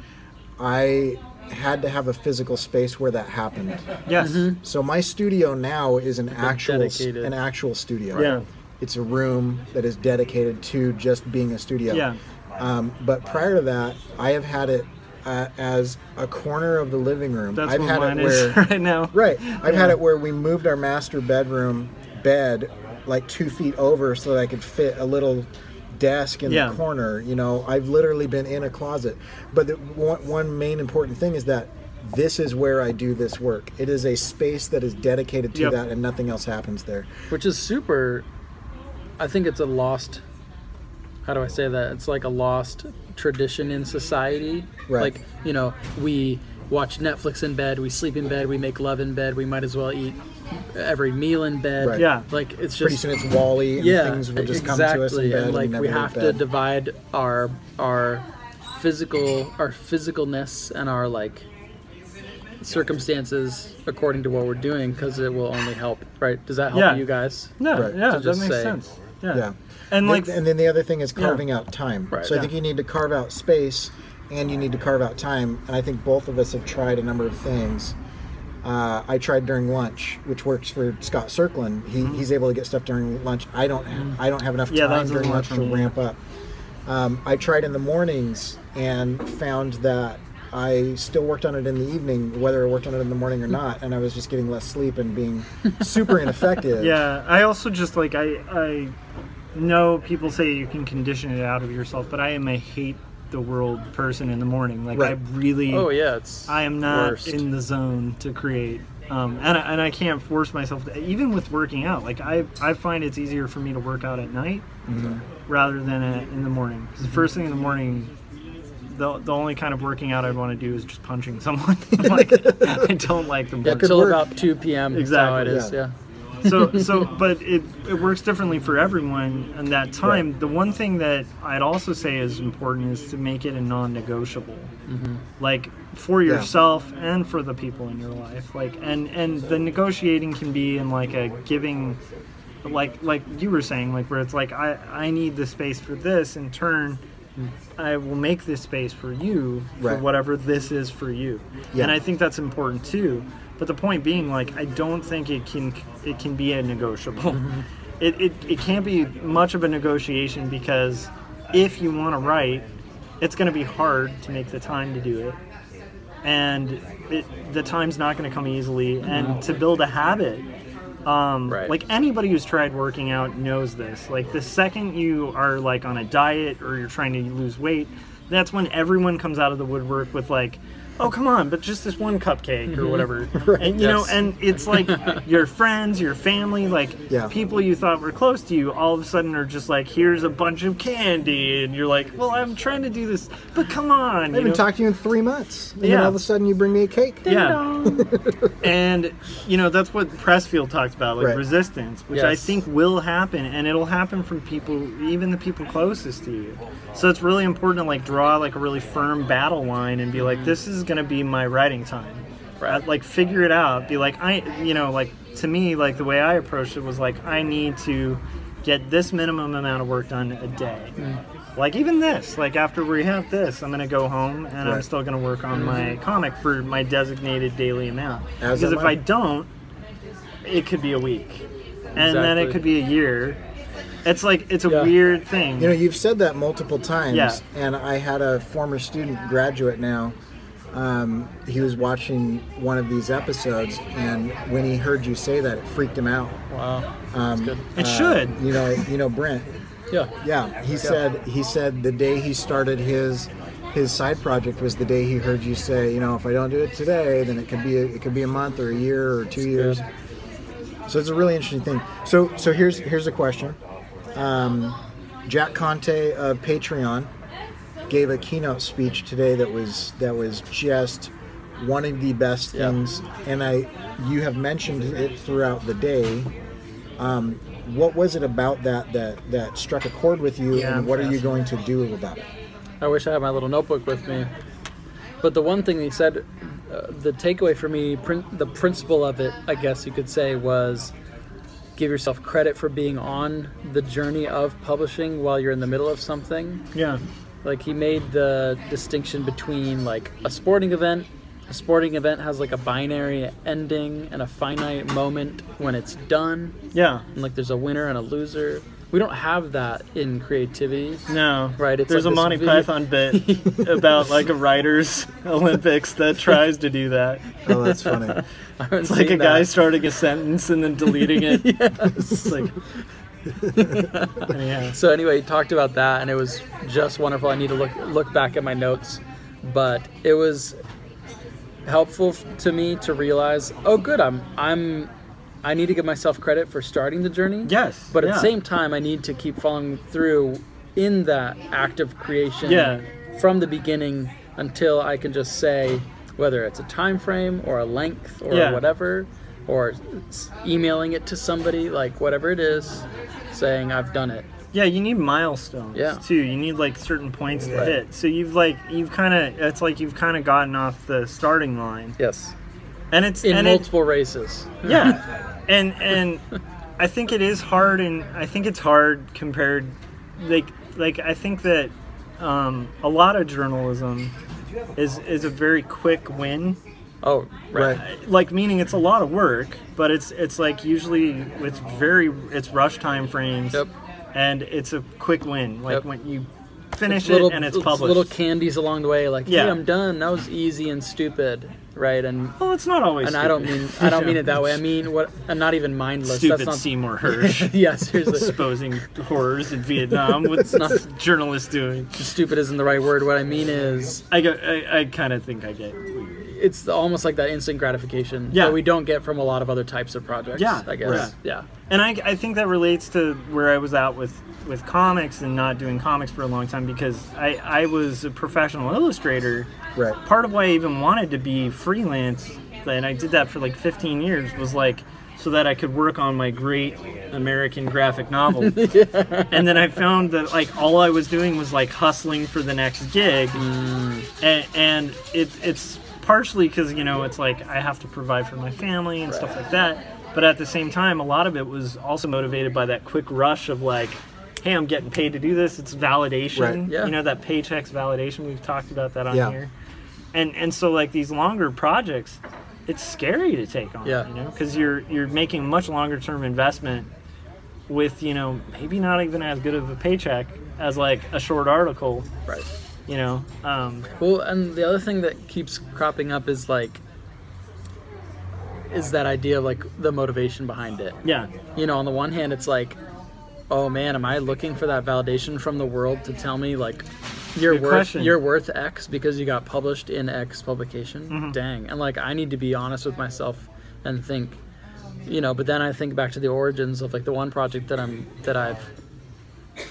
Speaker 2: I had to have a physical space where that happened.
Speaker 4: Yes.
Speaker 2: So my studio now is an actual s-
Speaker 3: dedicated-
Speaker 2: an actual studio.
Speaker 4: Yeah.
Speaker 2: It's a room that is dedicated to just being a studio.
Speaker 4: Yeah.
Speaker 2: Um, but prior to that, I have had it uh, as a corner of the living room.
Speaker 4: That's
Speaker 2: I've
Speaker 4: what
Speaker 2: had
Speaker 4: mine
Speaker 2: it
Speaker 4: is
Speaker 2: where
Speaker 4: right now.
Speaker 2: Right. I've had it where we moved our master bedroom bed like two feet over so that I could fit a little desk in
Speaker 4: Yeah.
Speaker 2: the corner. You know, I've literally been in a closet. But the, one, one main important thing is that this is where I do this work. It is a space that is dedicated to
Speaker 4: Yep.
Speaker 2: that and nothing else happens there.
Speaker 3: which is super i think it's a lost how do i say that it's like a lost tradition in society
Speaker 2: Right.
Speaker 3: like you know we watch netflix in bed we sleep in bed we make love in bed we might as well eat every meal in bed
Speaker 2: Right.
Speaker 4: Yeah.
Speaker 3: like it's
Speaker 2: Pretty
Speaker 3: just
Speaker 2: soon it's Wally and
Speaker 3: yeah
Speaker 2: things will just
Speaker 3: exactly
Speaker 2: come to us in bed
Speaker 3: and like
Speaker 2: never
Speaker 3: we
Speaker 2: leave
Speaker 3: have to
Speaker 2: bed.
Speaker 3: divide our our physical our physicalness and our like circumstances according to what we're doing because it will only help right does that help
Speaker 4: Yeah.
Speaker 3: you guys
Speaker 4: No.
Speaker 2: Right.
Speaker 4: Yeah.
Speaker 3: To
Speaker 4: That
Speaker 3: just
Speaker 4: makes
Speaker 3: say-
Speaker 4: sense. Yeah.
Speaker 2: Yeah.
Speaker 4: And like
Speaker 2: and then the other thing is carving out time.
Speaker 3: Right.
Speaker 2: So I think
Speaker 4: Yeah.
Speaker 2: you need to carve out space, and you need to carve out time. And I think both of us have tried a number of things. Uh, I tried during lunch, which works for Scott Circlin. He, He's able to get stuff during lunch. I don't. I don't have enough
Speaker 4: Mm-hmm. Yeah, that
Speaker 2: time
Speaker 4: was
Speaker 2: during
Speaker 4: a
Speaker 2: lunch
Speaker 4: lunch
Speaker 2: to
Speaker 4: for me.
Speaker 2: ramp up. Um, I tried in the mornings and found that I still worked on it in the evening, whether I worked on it in the morning or not, and I was just getting less sleep and being super ineffective.
Speaker 4: Yeah, I also just like I I know people say you can condition it out of yourself, but I am a hate the world person in the morning. Like
Speaker 2: Right.
Speaker 4: I really
Speaker 3: Oh yeah, it's.
Speaker 4: I am not
Speaker 3: worst.
Speaker 4: in the zone to create. Um, and, I, and I can't force myself to, even with working out. Like I, I find it's easier for me to work out at night
Speaker 3: Mm-hmm.
Speaker 4: rather than at, in the morning. 'Cause the first thing in the morning, the, the only kind of working out I'd want to do is just punching someone. like, I don't like the
Speaker 3: yeah,
Speaker 4: morning.
Speaker 3: till
Speaker 2: work.
Speaker 3: about two p.m. Exactly. How it
Speaker 4: Exactly.
Speaker 3: is.
Speaker 2: Yeah.
Speaker 3: Yeah.
Speaker 4: so so but it, it works differently for everyone and that time the one thing that i'd also say is important is to make it a non-negotiable like for
Speaker 2: Yeah.
Speaker 4: yourself and for the people in your life like and and the negotiating can be in like a giving like like you were saying like where it's like i i need the space for this in turn I will make this space for you
Speaker 2: Right.
Speaker 4: for whatever this is for you.
Speaker 2: Yeah.
Speaker 4: And I think that's important too. But the point being like I don't think it can it can be a negotiable. It, it it can't be much of a negotiation because if you want to write, it's going to be hard to make the time to do it. And it, the time's not going to come easily and to build a habit um,
Speaker 3: Right.
Speaker 4: Like anybody who's tried working out knows this. Like the second you are like on a diet or you're trying to lose weight, that's when everyone comes out of the woodwork with like, "Oh come on, but just this one cupcake or whatever." And you
Speaker 3: Yes.
Speaker 4: know, and it's like your friends, your family, like
Speaker 2: Yeah.
Speaker 4: people you thought were close to you, all of a sudden are just like, "Here's a bunch of candy," and you're like, "Well, I'm trying to do this, but come on."
Speaker 2: I
Speaker 4: you know?
Speaker 2: haven't talked to you in three months, and then
Speaker 4: Yeah.
Speaker 2: all of a sudden you bring me a cake.
Speaker 4: yeah. and you know that's what Pressfield talks about, like
Speaker 2: Right.
Speaker 4: resistance, which I
Speaker 3: Yes.
Speaker 4: think will happen, and it'll happen from people, even the people closest to you. So it's really important to like draw like a really firm battle line and be like, this is going to be my writing time.
Speaker 3: Right.
Speaker 4: Uh, like figure it out. Be like, I, you know, like to me, like the way I approached it was like, I need to get this minimum amount of work done a day. Like even this, like after we have this, I'm gonna go home and I'm
Speaker 2: Right.
Speaker 4: still gonna work on my comic for my designated daily amount.
Speaker 2: As
Speaker 4: because
Speaker 2: am
Speaker 4: if I
Speaker 2: I.
Speaker 4: don't, it could be a week, and then
Speaker 3: Exactly.
Speaker 4: it could be a year. It's like it's a
Speaker 3: Yeah.
Speaker 4: weird thing.
Speaker 2: You know, you've said that multiple times,
Speaker 4: Yeah.
Speaker 2: and I had a former student graduate now um, he was watching one of these episodes, and when he heard you say that, it freaked him out.
Speaker 3: Wow.
Speaker 2: Um,
Speaker 3: good.
Speaker 4: It should.
Speaker 2: You know, you know Brent.
Speaker 3: Yeah.
Speaker 2: Yeah, he said he said the day he started his his side project was the day he heard you say, you know, if I don't do it today, then it could be a, it could be a month or a year or two years.
Speaker 3: good.
Speaker 2: So it's a really interesting thing. So so here's here's a question. Um, Jack Conte of Patreon gave a keynote speech today that was that was just one of the best
Speaker 3: Yeah.
Speaker 2: things, and I you have mentioned it throughout the day. Um, what was it about that that that struck a chord with you,
Speaker 4: Yeah,
Speaker 2: and what are you
Speaker 4: fascinated.
Speaker 2: going to do about it?
Speaker 3: I wish I had my little notebook with me. But the one thing he said, uh, the takeaway for me, prin- the principle of it, I guess you could say, was give yourself credit for being on the journey of publishing while you're in the middle of something.
Speaker 4: Yeah.
Speaker 3: Like he made the distinction between like a sporting event. A sporting event has like a binary ending and a finite moment when it's done.
Speaker 4: Yeah.
Speaker 3: And like there's a winner and a loser. We don't have that in creativity.
Speaker 4: No.
Speaker 3: Right, it's
Speaker 4: There's
Speaker 3: like
Speaker 4: a
Speaker 3: this
Speaker 4: Monty
Speaker 3: video-
Speaker 4: Python bit about like a writer's Olympics that tries to do that.
Speaker 2: Oh, that's funny.
Speaker 3: It's
Speaker 4: Like a guy starting a sentence and then deleting it. It's like. Anyhow.
Speaker 3: So anyway, he talked about that, and it was just wonderful. I need to look look back at my notes, but it was helpful f- to me to realize, oh, good, I'm I'm I need to give myself credit for starting the journey.
Speaker 4: Yes,
Speaker 3: But at the
Speaker 4: yeah.
Speaker 3: same time, I need to keep following through in that act of creation
Speaker 4: Yeah.
Speaker 3: from the beginning until I can just say whether it's a time frame or a length or
Speaker 4: Yeah.
Speaker 3: whatever or s- emailing it to somebody like whatever it is saying I've done it.
Speaker 4: Yeah, you need milestones
Speaker 3: Yeah.
Speaker 4: too. You need like certain points to
Speaker 3: Right.
Speaker 4: hit. So you've like you've kind of it's like you've kind of gotten off the starting line,
Speaker 3: Yes.
Speaker 4: and it's
Speaker 3: in
Speaker 4: and it-
Speaker 3: multiple races.
Speaker 4: yeah, and and I think it is hard, and I think it's hard compared, like like I think that um, a lot of journalism is is a very quick win
Speaker 3: Oh, right.
Speaker 2: Right.
Speaker 4: like meaning it's a lot of work, but it's it's like usually it's very it's rush time frames,
Speaker 3: Yep.
Speaker 4: and it's a quick win. Like
Speaker 3: Yep.
Speaker 4: when you finish
Speaker 3: It's little,
Speaker 4: it and it's
Speaker 3: it's
Speaker 4: published.
Speaker 3: little candies along the way, like, yeah,
Speaker 4: Yeah.
Speaker 3: I'm done. That was easy and stupid, right? And
Speaker 4: well, it's not always.
Speaker 3: and I don't
Speaker 4: stupid.
Speaker 3: mean I don't mean it that way. I mean what I'm not even mindless.
Speaker 4: stupid
Speaker 3: That's not
Speaker 4: Seymour Hirsch
Speaker 3: yeah, seriously.
Speaker 4: exposing horrors in Vietnam. What's
Speaker 3: not-
Speaker 4: journalists doing?
Speaker 3: stupid isn't the right word. What I mean is
Speaker 4: I go. I, I kind of think I get.
Speaker 3: it's the- almost like that instant gratification
Speaker 4: Yeah.
Speaker 3: that we don't get from a lot of other types of projects.
Speaker 4: Yeah,
Speaker 3: I guess.
Speaker 2: right.
Speaker 3: Yeah.
Speaker 4: and I, I think that relates to where I was at with with comics and not doing comics for a long time because I, I was a professional illustrator.
Speaker 2: Right.
Speaker 4: Part of why I even wanted to be freelance, and I did that for like 15 years, was like so that I could work on my great American graphic novel. And then I found that like all I was doing was like hustling for the next gig,
Speaker 2: Mm.
Speaker 4: and, and it, it's partially because you know it's like I have to provide for my family and stuff like that. But at the same time, a lot of it was also motivated by that quick rush of like, hey, I'm getting paid to do this. It's validation,
Speaker 2: Right.
Speaker 3: Yeah.
Speaker 4: you know, that paychecks validation. We've talked about that on
Speaker 2: Yeah.
Speaker 4: here, and and so like these longer projects, it's scary to take on,
Speaker 3: Yeah.
Speaker 4: you know, because you're you're making a much longer term investment with you know maybe not even as good of a paycheck as like a short article
Speaker 3: Right.
Speaker 4: you know um,
Speaker 3: Well, and the other thing that keeps cropping up is like is that idea of like the motivation behind it.
Speaker 4: yeah
Speaker 3: you know, on the one hand, it's like, oh man, am I looking for that validation from the world to tell me like you're
Speaker 4: Good
Speaker 3: worth
Speaker 4: question.
Speaker 3: you're worth X because you got published in X publication?
Speaker 4: Mm-hmm.
Speaker 3: Dang, and like I need to be honest with myself and think, you know. But then I think back to the origins of like the one project that I'm that I've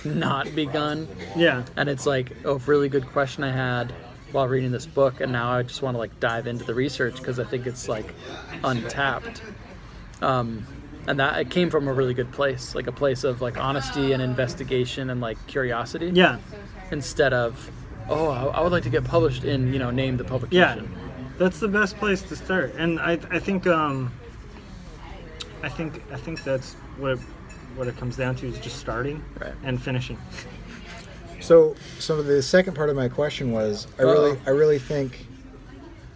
Speaker 3: not begun
Speaker 4: yeah
Speaker 3: and it's like a really good question I had while reading this book, and now I just want to like dive into the research because I think it's like untapped, um, and that it came from a really good place, like a place of like honesty and investigation and like curiosity,
Speaker 4: yeah
Speaker 3: instead of oh I, I would like to get published in you know name the
Speaker 4: yeah
Speaker 3: publication,
Speaker 4: that's the best place to start and i, I think um, i think i think that's what it, what it comes down to is just starting
Speaker 3: Right.
Speaker 4: and finishing
Speaker 2: So, so the second part of my question was, I really,
Speaker 3: Uh-oh.
Speaker 2: I really think,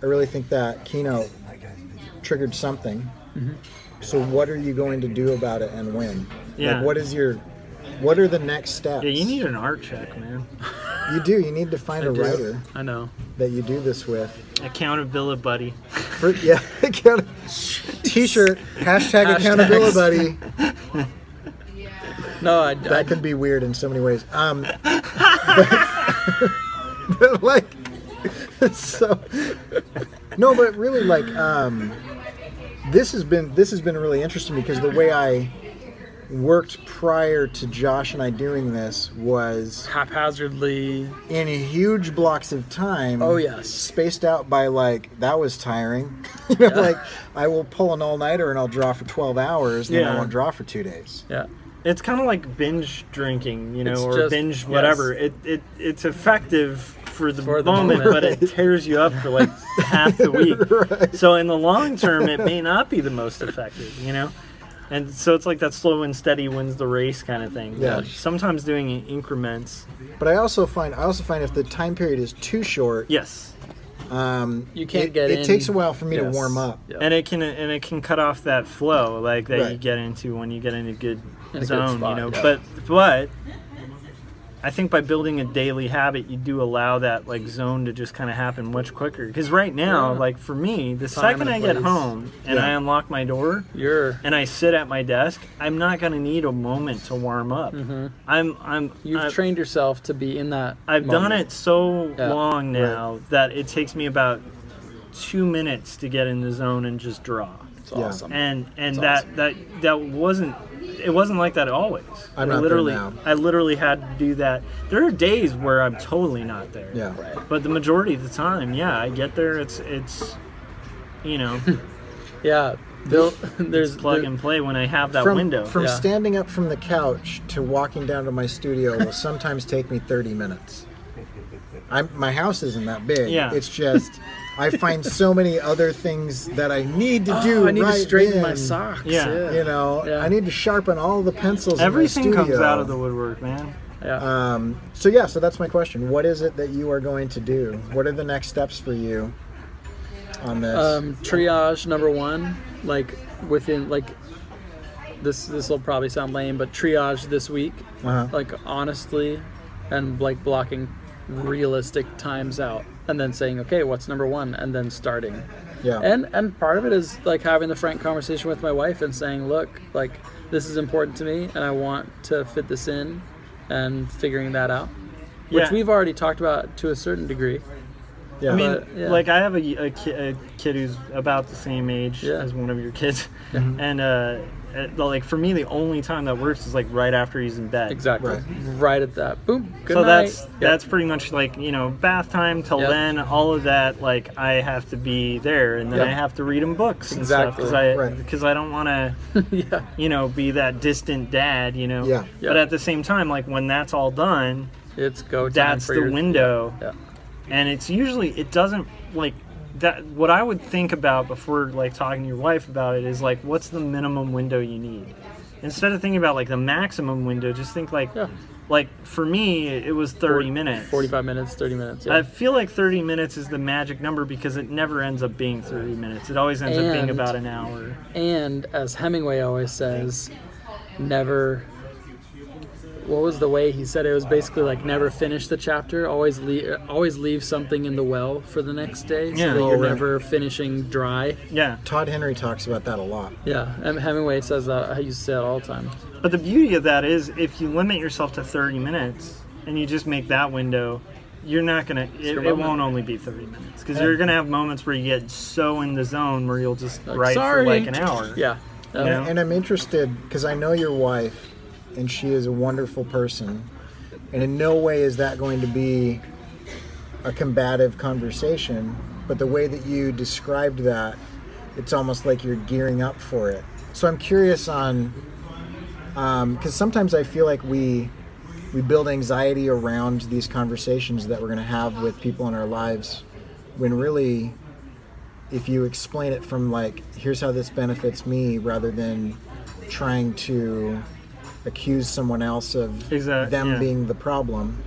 Speaker 2: I really think that keynote triggered something. So, what are you going to do about it, and when?
Speaker 4: Yeah.
Speaker 2: Like, what is your, what are the next steps?
Speaker 4: yeah you need an art check man
Speaker 2: You do. You need to find a
Speaker 3: do.
Speaker 2: writer
Speaker 3: I know.
Speaker 2: that you do this with.
Speaker 4: Accountability buddy.
Speaker 2: For, yeah, account- T-shirt hashtag
Speaker 3: Hashtags.
Speaker 2: accountability buddy.
Speaker 3: No, I, I
Speaker 2: That could be weird in so many ways. Um, but, but like, so no, but really, like, um, this has been this has been really interesting because the way I worked prior to Josh and I doing this was
Speaker 3: haphazardly.
Speaker 2: in huge blocks of time.
Speaker 3: Oh, yes.
Speaker 2: Spaced out by like that was tiring. you know,
Speaker 3: Yeah.
Speaker 2: like I will pull an all nighter and I'll draw for twelve hours, and then I
Speaker 4: Yeah.
Speaker 2: won't draw for two days.
Speaker 3: Yeah.
Speaker 4: It's kind of like binge drinking, you know,
Speaker 3: It's
Speaker 4: or
Speaker 3: just-
Speaker 4: binge
Speaker 3: yes.
Speaker 4: whatever. It, it it's effective for the,
Speaker 3: For the
Speaker 4: moment,
Speaker 3: moment.
Speaker 4: but it tears you up for like half the week. So in the long term, it may not be the most effective, you know. And so it's like that slow and steady wins the race kind of thing.
Speaker 2: Yeah.
Speaker 4: Sometimes doing it in increments.
Speaker 2: But I also find I also find if the time period is too short,
Speaker 4: Yes.
Speaker 2: um,
Speaker 3: You can't
Speaker 2: it,
Speaker 3: get
Speaker 2: it
Speaker 3: in.
Speaker 2: takes a while for me to
Speaker 3: Yes.
Speaker 2: warm up.
Speaker 3: Yeah.
Speaker 4: And it can and it can cut off that flow like that you
Speaker 2: Right.
Speaker 4: get into when you get in a good
Speaker 3: In a good
Speaker 4: zone,
Speaker 3: spot,
Speaker 4: you know.
Speaker 3: yeah.
Speaker 4: But but I think by building a daily habit, you do allow that like zone to just kind of happen much quicker. Because right now,
Speaker 3: Yeah.
Speaker 4: like for me, the
Speaker 3: Time
Speaker 4: second
Speaker 3: and
Speaker 4: I get
Speaker 3: place.
Speaker 4: home and
Speaker 2: Yeah.
Speaker 4: I unlock my door
Speaker 3: You're.
Speaker 4: and I sit at my desk, I'm not gonna need a moment to warm up. I'm I'm
Speaker 3: Mm-hmm. You've
Speaker 4: I'm-
Speaker 3: trained yourself to be in that.
Speaker 4: I've done
Speaker 3: moment.
Speaker 4: it so
Speaker 3: Yeah.
Speaker 4: long now that it takes me about two minutes to get in the zone and just draw.
Speaker 3: It's
Speaker 2: Yeah.
Speaker 3: awesome.
Speaker 4: And and
Speaker 3: That's
Speaker 4: that that that wasn't it wasn't like that always.
Speaker 2: I'm not
Speaker 4: I
Speaker 2: there
Speaker 4: literally
Speaker 2: now.
Speaker 4: I literally had to do that. There are days where I'm totally not there.
Speaker 2: Yeah.
Speaker 4: But the majority of the time, yeah, I get there. It's it's you know
Speaker 3: yeah. Bill, there's
Speaker 4: plug
Speaker 3: there-
Speaker 4: and play when I have that
Speaker 2: from
Speaker 4: window.
Speaker 2: from
Speaker 3: Yeah.
Speaker 2: standing up from the couch to walking down to my studio will sometimes take me 30 minutes. I'm, my house isn't that big.
Speaker 4: Yeah.
Speaker 2: It's just I find so many other things that I need to do.
Speaker 3: Oh, I need
Speaker 2: right
Speaker 3: to straighten
Speaker 2: then.
Speaker 3: my socks.
Speaker 4: Yeah.
Speaker 3: Yeah.
Speaker 2: You know,
Speaker 3: Yeah.
Speaker 2: I need to sharpen all the pencils. in
Speaker 4: Everything
Speaker 2: my
Speaker 4: comes
Speaker 2: studio.
Speaker 4: out of the woodwork, man.
Speaker 3: Yeah.
Speaker 2: Um, so yeah, so that's my question. What is it that you are going to do? What are the next steps for you on this?
Speaker 3: um, triage number one like within like this this will probably sound lame but triage this week
Speaker 2: Uh-huh.
Speaker 3: like honestly and like blocking realistic times out and then saying okay what's number one and then starting
Speaker 2: yeah.
Speaker 3: and and part of it is like having the frank conversation with my wife and saying look like this is important to me and i want to fit this in and figuring that out which
Speaker 4: Yeah.
Speaker 3: we've already talked about to a certain degree
Speaker 2: yeah.
Speaker 4: I mean,
Speaker 3: But, yeah.
Speaker 4: like I have a, a, ki- a kid who's about the same age
Speaker 3: Yeah.
Speaker 4: as one of your kids, and uh, it- like for me, the only time that works is like right after he's in bed.
Speaker 3: exactly
Speaker 2: Right.
Speaker 3: right, at that boom good
Speaker 4: so
Speaker 3: night.
Speaker 4: that's
Speaker 3: Yeah.
Speaker 4: that's pretty much like you know bath time till
Speaker 3: Yep.
Speaker 4: then all of that like I have to be there and then
Speaker 3: Yep.
Speaker 4: I have to read him books and
Speaker 3: Exactly.
Speaker 4: stuff because I
Speaker 2: Right.
Speaker 4: because I don't want to
Speaker 3: yeah
Speaker 4: you know be that distant dad you know
Speaker 2: Yeah.
Speaker 3: Yeah.
Speaker 4: but at the same time like when that's all done
Speaker 3: It's go time
Speaker 4: that's
Speaker 3: for
Speaker 4: the
Speaker 3: your-
Speaker 4: window
Speaker 3: Yeah.
Speaker 4: and it's usually it doesn't like that what i would think about before like talking to your wife about it is like what's the minimum window you need instead of thinking about like the maximum window just think like
Speaker 3: Yeah.
Speaker 4: like for me it was 30 minutes
Speaker 3: 45 minutes, 30 minutes. Yeah.
Speaker 4: i feel like 30 minutes is the magic number because it never ends up being 30 minutes it always ends up
Speaker 3: And-
Speaker 4: being about an hour
Speaker 3: and as Hemingway always says, never. What was the way he said it? It was basically like never finish the chapter. Always leave, always leave something in the well for the next day, so
Speaker 4: Yeah.
Speaker 3: that
Speaker 4: Oh,
Speaker 3: you're
Speaker 2: right.
Speaker 3: never finishing dry.
Speaker 4: yeah
Speaker 2: Todd Henry talks about that a lot.
Speaker 3: Yeah, and Hemingway says that. I used to say it all the time.
Speaker 4: But the beauty of that is, if you limit yourself to 30 minutes and you just make that window, you're not gonna. It,
Speaker 3: your
Speaker 4: it
Speaker 3: moment.
Speaker 4: won't only be 30 minutes because you're gonna have moments where you get so in the zone where you'll just
Speaker 3: Like,
Speaker 4: write
Speaker 3: sorry.
Speaker 4: for like an hour.
Speaker 3: Yeah. Uh,
Speaker 4: Yeah.
Speaker 2: And I'm interested because I know your wife, and she is a wonderful person, and in no way is that going to be a combative conversation. But the way that you described that, it's almost like you're gearing up for it. So I'm curious on because sometimes I feel like we we build anxiety around these conversations that we're going to have with people in our lives, when really if you explain it from like here's how this benefits me rather than trying to accuse someone else of
Speaker 4: Exact-
Speaker 2: them
Speaker 4: yeah.
Speaker 2: being the problem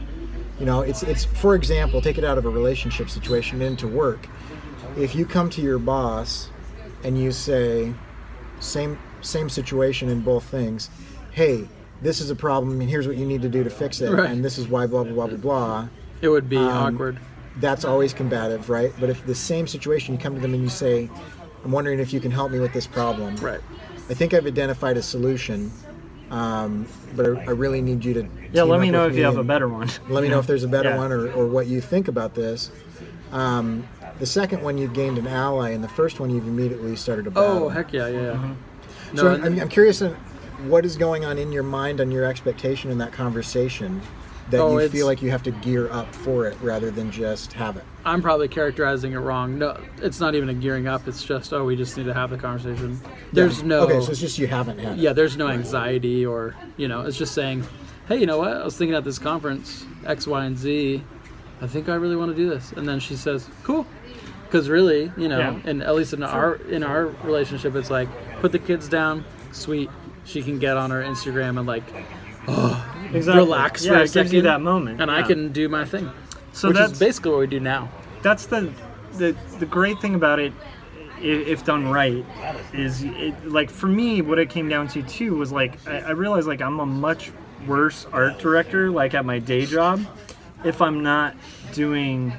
Speaker 2: you know it's it's for example take it out of a relationship situation into work if you come to your boss and you say same same situation in both things hey this is a problem and here's what you need to do to fix it
Speaker 3: Right.
Speaker 2: and this is why blah blah blah blah blah
Speaker 3: It would be
Speaker 2: Um,
Speaker 3: awkward.
Speaker 2: that's always combative, right? But if the same situation, you come to them and you say, I'm wondering if you can help me with this problem.
Speaker 3: Right.
Speaker 2: I think I've identified a solution, um, but I, I really need you to.
Speaker 4: Yeah,
Speaker 2: team
Speaker 4: let
Speaker 2: up
Speaker 4: me know
Speaker 2: with
Speaker 4: if you have a
Speaker 2: and
Speaker 4: better one.
Speaker 2: Let me know if there's a better
Speaker 4: Yeah.
Speaker 2: one or, or what you think about this. Um, the second one, you've gained an ally, and the first one, you've immediately started a battle.
Speaker 3: Oh heck yeah, yeah. yeah. No,
Speaker 2: Um, mm-hmm. So
Speaker 3: and-
Speaker 2: I'm, I'm curious on what is going on in your mind on your expectation in that conversation that
Speaker 3: Oh,
Speaker 2: you
Speaker 3: it's-
Speaker 2: feel like you have to gear up for it rather than just have it.
Speaker 3: I'm probably characterizing it wrong. No, it's not even a gearing up. It's just oh, we just need to have the conversation. There's no
Speaker 2: Okay, so it's just you haven't had it.
Speaker 3: yeah, there's no anxiety or you know, it's just saying, hey, you know what? I was thinking at this conference X, Y, and Z. I think I really want to do this, and then she says, cool. Because really, you know,
Speaker 4: Yeah.
Speaker 3: and at least in our in our relationship, it's like put the kids down. Sweet, she can get on her Instagram and like
Speaker 4: Exactly.
Speaker 3: relax
Speaker 4: yeah,
Speaker 3: for a
Speaker 4: it
Speaker 3: second.
Speaker 4: gives you that moment,
Speaker 3: and I
Speaker 4: yeah.
Speaker 3: can do my thing.
Speaker 4: So
Speaker 3: which
Speaker 4: that's
Speaker 3: is basically what we do now.
Speaker 4: that's the the the great thing about it, i- if done right, is it, like for me, what it came down to too was like I, I realized like I'm a much worse art director like at my day job if I'm not doing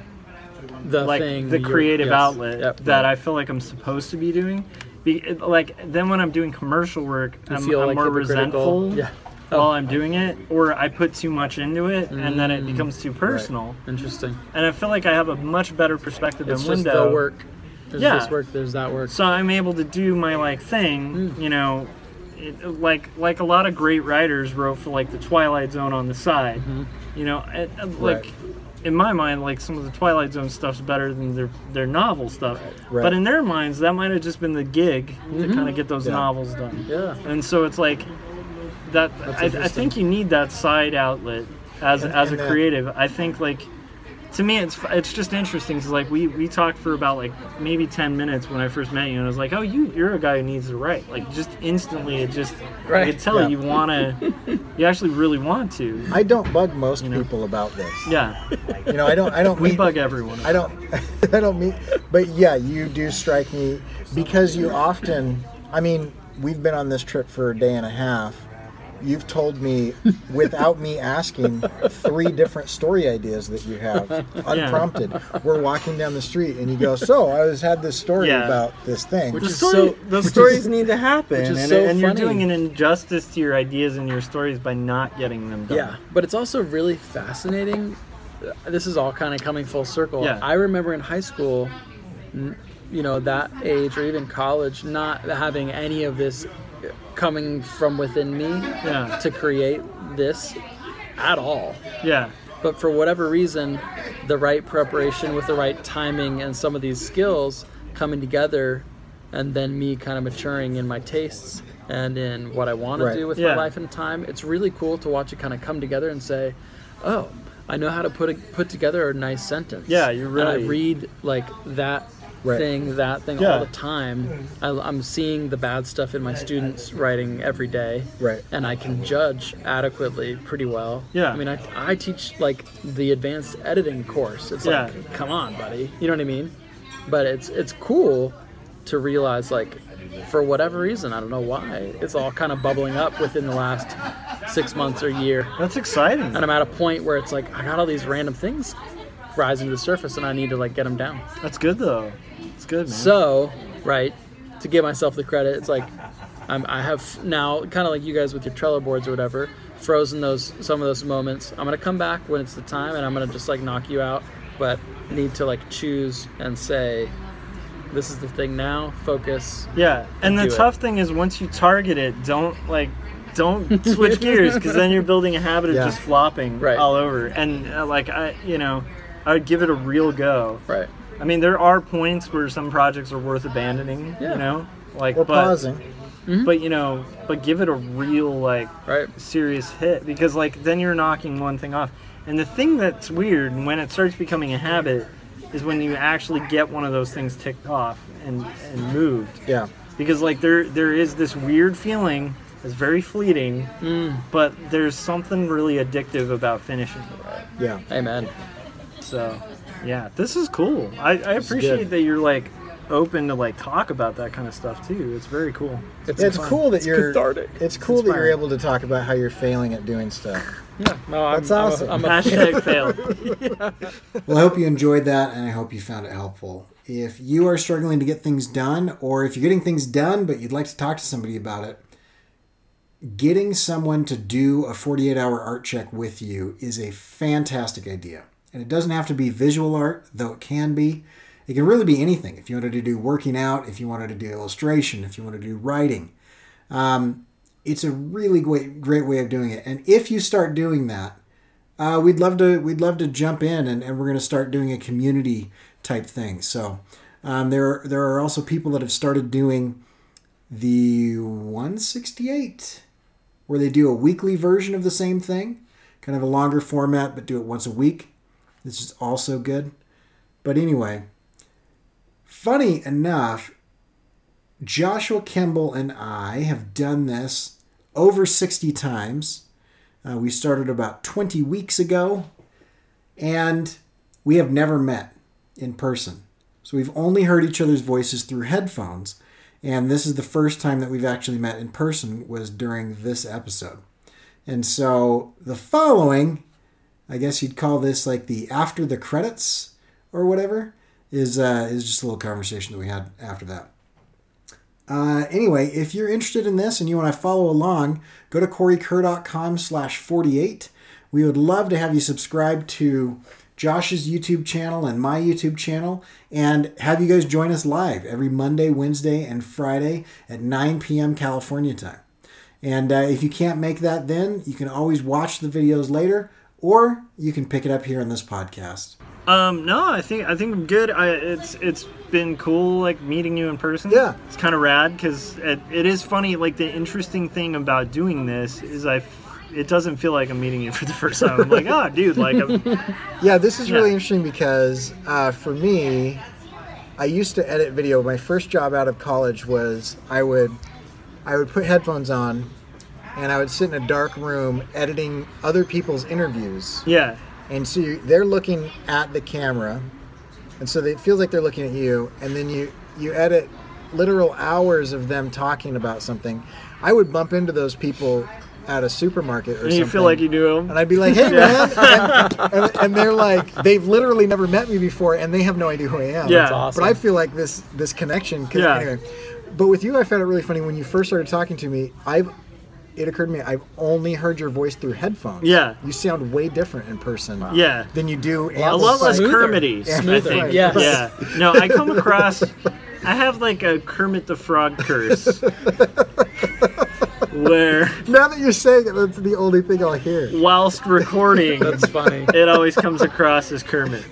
Speaker 3: The
Speaker 4: like
Speaker 3: thing,
Speaker 4: the
Speaker 3: you're-
Speaker 4: creative
Speaker 3: yes,
Speaker 4: outlet
Speaker 3: yep,
Speaker 4: that
Speaker 3: right.
Speaker 4: I feel like I'm supposed to be doing. Be, like then when I'm doing commercial work,
Speaker 3: You
Speaker 4: I'm,
Speaker 3: feel
Speaker 4: I'm
Speaker 3: like
Speaker 4: more
Speaker 3: hypocritical.
Speaker 4: resentful
Speaker 3: Yeah.
Speaker 4: while I'm doing it, or I put too much into it, and then
Speaker 3: Mm.
Speaker 4: it becomes too personal.
Speaker 3: Interesting.
Speaker 4: And I feel like I have a much better perspective
Speaker 3: It's
Speaker 4: than
Speaker 3: just
Speaker 4: Window.
Speaker 3: the work. There's
Speaker 4: Yeah.
Speaker 3: this work. There's that work.
Speaker 4: So I'm able to do my like thing,
Speaker 2: Hmm.
Speaker 4: you know, it, like like a lot of great writers wrote for like the Twilight Zone on the side, you know, it, uh, like
Speaker 2: Mm-hmm. Right.
Speaker 4: in my mind, like some of the Twilight Zone stuff's better than their their novel stuff,
Speaker 2: Right. Mm-hmm.
Speaker 4: but in their minds, that might have just been the gig to kind of get those
Speaker 2: Yeah.
Speaker 4: novels done,
Speaker 3: Yeah.
Speaker 4: and so it's like that. I, I
Speaker 3: interesting.
Speaker 4: think you need that side outlet as
Speaker 2: And-
Speaker 4: as
Speaker 2: and
Speaker 4: a
Speaker 2: that-
Speaker 4: creative. I think like to me it's it's just interesting because like we we talked for about like maybe 10 minutes when i first met you and i was like oh you you're a guy who needs to write like just instantly it just i
Speaker 3: Right.
Speaker 4: could tell
Speaker 2: Yeah.
Speaker 4: you want to you actually really want to
Speaker 2: I don't bug most
Speaker 4: know?
Speaker 2: people about this.
Speaker 4: yeah
Speaker 2: You know, I don't. I don't.
Speaker 4: we
Speaker 2: meet-
Speaker 4: bug everyone
Speaker 2: I don't. I don't mean. But yeah, you do strike me because you often. I mean, we've been on this trip for a day and a half. You've told me without me asking three different story ideas that you have unprompted. We're walking down the street and you go, "So I was had this story
Speaker 4: Yeah.
Speaker 2: about this thing."
Speaker 3: Which
Speaker 4: the
Speaker 3: is
Speaker 4: story,
Speaker 3: so-
Speaker 4: those
Speaker 3: which
Speaker 4: stories
Speaker 3: is-
Speaker 4: need to happen,
Speaker 3: which is
Speaker 4: and,
Speaker 3: so
Speaker 4: and you're
Speaker 3: funny.
Speaker 4: doing an injustice to your ideas and your stories by not getting them done.
Speaker 3: Yeah, but it's also really fascinating. This is all kind of coming full circle.
Speaker 4: Yeah.
Speaker 3: I remember in high school, n- you know, that age or even college, not having any of this coming from within me
Speaker 4: Yeah.
Speaker 3: to create this at all.
Speaker 4: yeah,
Speaker 3: But for whatever reason, the right preparation with the right timing and some of these skills coming together, and then me kind of maturing in my tastes and in what I want
Speaker 2: Right.
Speaker 3: to do with
Speaker 4: Yeah.
Speaker 3: my life and time. It's really cool to watch it kind of come together and say, "Oh, I know how to put a, put together a nice sentence."
Speaker 4: Yeah, you
Speaker 3: And I
Speaker 4: really-
Speaker 3: read like that.
Speaker 2: Right.
Speaker 3: Thing that thing
Speaker 4: Yeah.
Speaker 3: all the time. I, I'm seeing the bad stuff in my students' writing every day,
Speaker 2: Right.
Speaker 3: And I can judge adequately, pretty well.
Speaker 4: Yeah.
Speaker 3: I mean, I, I teach like the advanced editing course. It's like,
Speaker 4: Yeah.
Speaker 3: come on, buddy. You know what I mean? But it's it's cool to realize like for whatever reason, I don't know why, it's all kind of bubbling up within the last six months or year.
Speaker 4: that's exciting.
Speaker 3: And I'm at a point where it's like I got all these random things rising to the surface and I need to like get them down.
Speaker 4: That's good though. It's good, man.
Speaker 3: So, right, to give myself the credit, it's like I'm, I have now kind of like you guys with your Trello boards or whatever, frozen those some of those moments. I'm gonna come back when it's the time, and I'm gonna just like knock you out, but need to like choose and say, this is the thing now. Focus.
Speaker 4: Yeah, and the
Speaker 3: do it.
Speaker 4: tough thing is once you target it, don't like, don't switch gears because then you're building a habit of
Speaker 2: Yeah.
Speaker 4: just flopping
Speaker 3: Right.
Speaker 4: all over. And uh, like I, you know, I would give it a real go.
Speaker 3: Right.
Speaker 4: I mean, there are points where some projects are worth abandoning.
Speaker 3: Yeah. Mm-hmm.
Speaker 4: You know, like
Speaker 2: We're
Speaker 4: but
Speaker 2: pausing.
Speaker 4: but you know, but give it a real like
Speaker 3: Right.
Speaker 4: serious hit because like then you're knocking one thing off. And the thing that's weird and when it starts becoming a habit is when you actually get one of those things ticked off and, and moved
Speaker 2: Yeah.
Speaker 4: because like there there is this weird feeling that's very fleeting but there's something really addictive about finishing it
Speaker 2: Yeah.
Speaker 3: Amen.
Speaker 4: so yeah this is cool i, I appreciate
Speaker 2: good.
Speaker 4: that you're like open to like talk about that kind of stuff too. It's very cool.
Speaker 3: It's,
Speaker 2: it's
Speaker 3: fun.
Speaker 2: cool that
Speaker 3: It's
Speaker 2: you're
Speaker 3: cathartic.
Speaker 2: It's cool that you're
Speaker 4: inspiring.
Speaker 2: able to talk about how you're failing at doing stuff.
Speaker 3: Yeah, no, I'm,
Speaker 2: That's
Speaker 3: I'm a-
Speaker 2: awesome.
Speaker 3: I'm a-
Speaker 4: Hashtag fail.
Speaker 1: Well, I hope you enjoyed that and I hope you found it helpful. If you are struggling to get things done, or if you're getting things done but you'd like to talk to somebody about it, getting someone to do a 48 hour art check with you is a fantastic idea. And it doesn't have to be visual art, though it can be. It can really be anything. If you wanted to do working out, if you wanted to do illustration, if you wanted to do writing, um, it's a really great great way of doing it. And if you start doing that, uh, we'd love to we'd love to jump in and, and we're going to start doing a community type thing. So um, there there are also people that have started doing the 168 where they do a weekly version of the same thing, kind of a longer format, but do it once a week. This is also good. But anyway, funny enough, Joshua Kimball and I have done this over 60 times. Uh, we started about 20 weeks ago, and we have never met in person. So we've only heard each other's voices through headphones, and this is the first time that we've actually met in person was during this episode. And so the following, I guess you'd call this like the after the credits or whatever, is uh, is just a little conversation that we had after that. Uh, anyway, if you're interested in this and you want to follow along, go to coreykerr.com slash 48. We would love to have you subscribe to Josh's YouTube channel and my YouTube channel and have you guys join us live every Monday, Wednesday, and Friday at 9 p.m. California time. And uh, if you can't make that then, you can always watch the videos later or you can pick it up here on this podcast.
Speaker 4: Um, no, I think I think I'm good. I, it's it's been cool like meeting you in person.
Speaker 2: Yeah.
Speaker 4: it's kind of rad because it, it is funny. Like the interesting thing about doing this is I, f- it doesn't feel like I'm meeting you for the first time. I'm like, oh, dude, like I'm,
Speaker 2: Yeah, this is
Speaker 4: Yeah.
Speaker 2: really interesting because uh, for me, I used to edit video. My first job out of college was I would I would put headphones on and I would sit in a dark room editing other people's interviews.
Speaker 4: yeah,
Speaker 2: And so you, they're looking at the camera, and so they, it feels like they're looking at you. And then you you edit literal hours of them talking about something. I would bump into those people at a supermarket or
Speaker 4: and
Speaker 2: something.
Speaker 4: you feel like you do.
Speaker 2: And I'd be like, "Hey, man!" And, and, and they're like, they've literally never met me before, and they have no idea who I am.
Speaker 4: Yeah.
Speaker 3: That's awesome.
Speaker 2: But I feel like this this connection. 'cause-
Speaker 4: Yeah.
Speaker 2: Anyway, but with you, I found it really funny when you first started talking to me. I've it occurred to me I've only heard your voice through headphones.
Speaker 4: Yeah.
Speaker 2: You sound way different in person.
Speaker 4: Yeah.
Speaker 2: Than you do.
Speaker 4: a
Speaker 2: analog.
Speaker 4: lot less
Speaker 3: Smoother.
Speaker 4: Kermity. I
Speaker 3: Smoother,
Speaker 4: think.
Speaker 3: yes.
Speaker 4: Yeah. No, I come across. I have like a Kermit the Frog curse, where
Speaker 2: Now that you're saying it, that's the only thing I'll hear.
Speaker 4: whilst recording,
Speaker 3: That's funny.
Speaker 4: it always comes across as Kermit.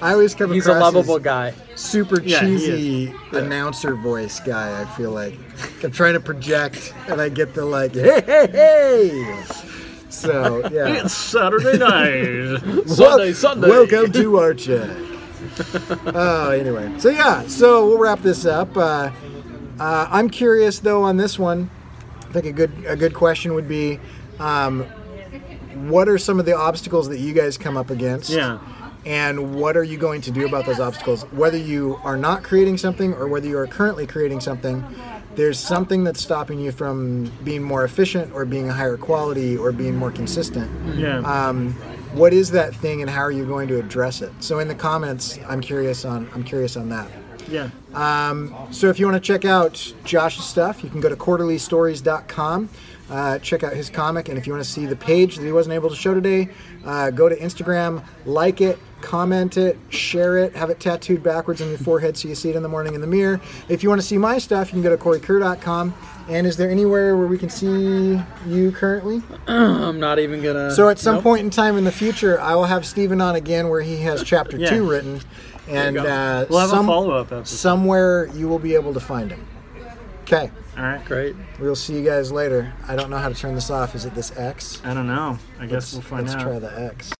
Speaker 2: I always come
Speaker 3: He's a
Speaker 2: across
Speaker 3: lovable
Speaker 2: as
Speaker 3: guy.
Speaker 2: super
Speaker 4: Yeah, he
Speaker 2: cheesy announcer voice guy. I feel like I'm trying to project, and I get the like, hey, hey, hey. So yeah.
Speaker 4: It's Saturday night.
Speaker 3: Sunday, Sunday.
Speaker 2: Welcome to our check. Oh, anyway. So yeah. So we'll wrap this up. Uh, uh, I'm curious though on this one. I think a good a good question would be, um, what are some of the obstacles that you guys come up against?
Speaker 4: yeah.
Speaker 2: and what are you going to do about those obstacles whether you are not creating something or whether you are currently creating something there's something that's stopping you from being more efficient or being a higher quality or being more consistent
Speaker 4: Yeah.
Speaker 2: um, what is that thing and how are you going to address it so in the comments i'm curious on i'm curious on that
Speaker 4: yeah.
Speaker 2: so if you want to check out Josh's stuff, you can go to quarterlystories.com. Uh, check out his comic, and if you want to see the page that he wasn't able to show today, uh, go to Instagram, like it, comment it, share it, have it tattooed backwards on your forehead so you see it in the morning in the mirror. If you want to see my stuff, you can go to CoreyKerr.com. And is there anywhere where we can see you currently?
Speaker 3: I'm not even gonna.
Speaker 2: So at some
Speaker 3: Nope.
Speaker 2: point in time in the future, I will have Steven on again where he has chapter
Speaker 4: Yeah.
Speaker 2: two written, and
Speaker 3: go.
Speaker 2: uh,
Speaker 4: We'll have
Speaker 2: some-
Speaker 4: a follow up episode.
Speaker 2: somewhere you will be able to find him. Okay,
Speaker 4: All right.
Speaker 3: Great.
Speaker 2: we'll see you guys later. I don't know how to turn this off. Is it this X?
Speaker 4: I don't know. I guess we'll find
Speaker 2: Let's
Speaker 4: out.
Speaker 2: try the X.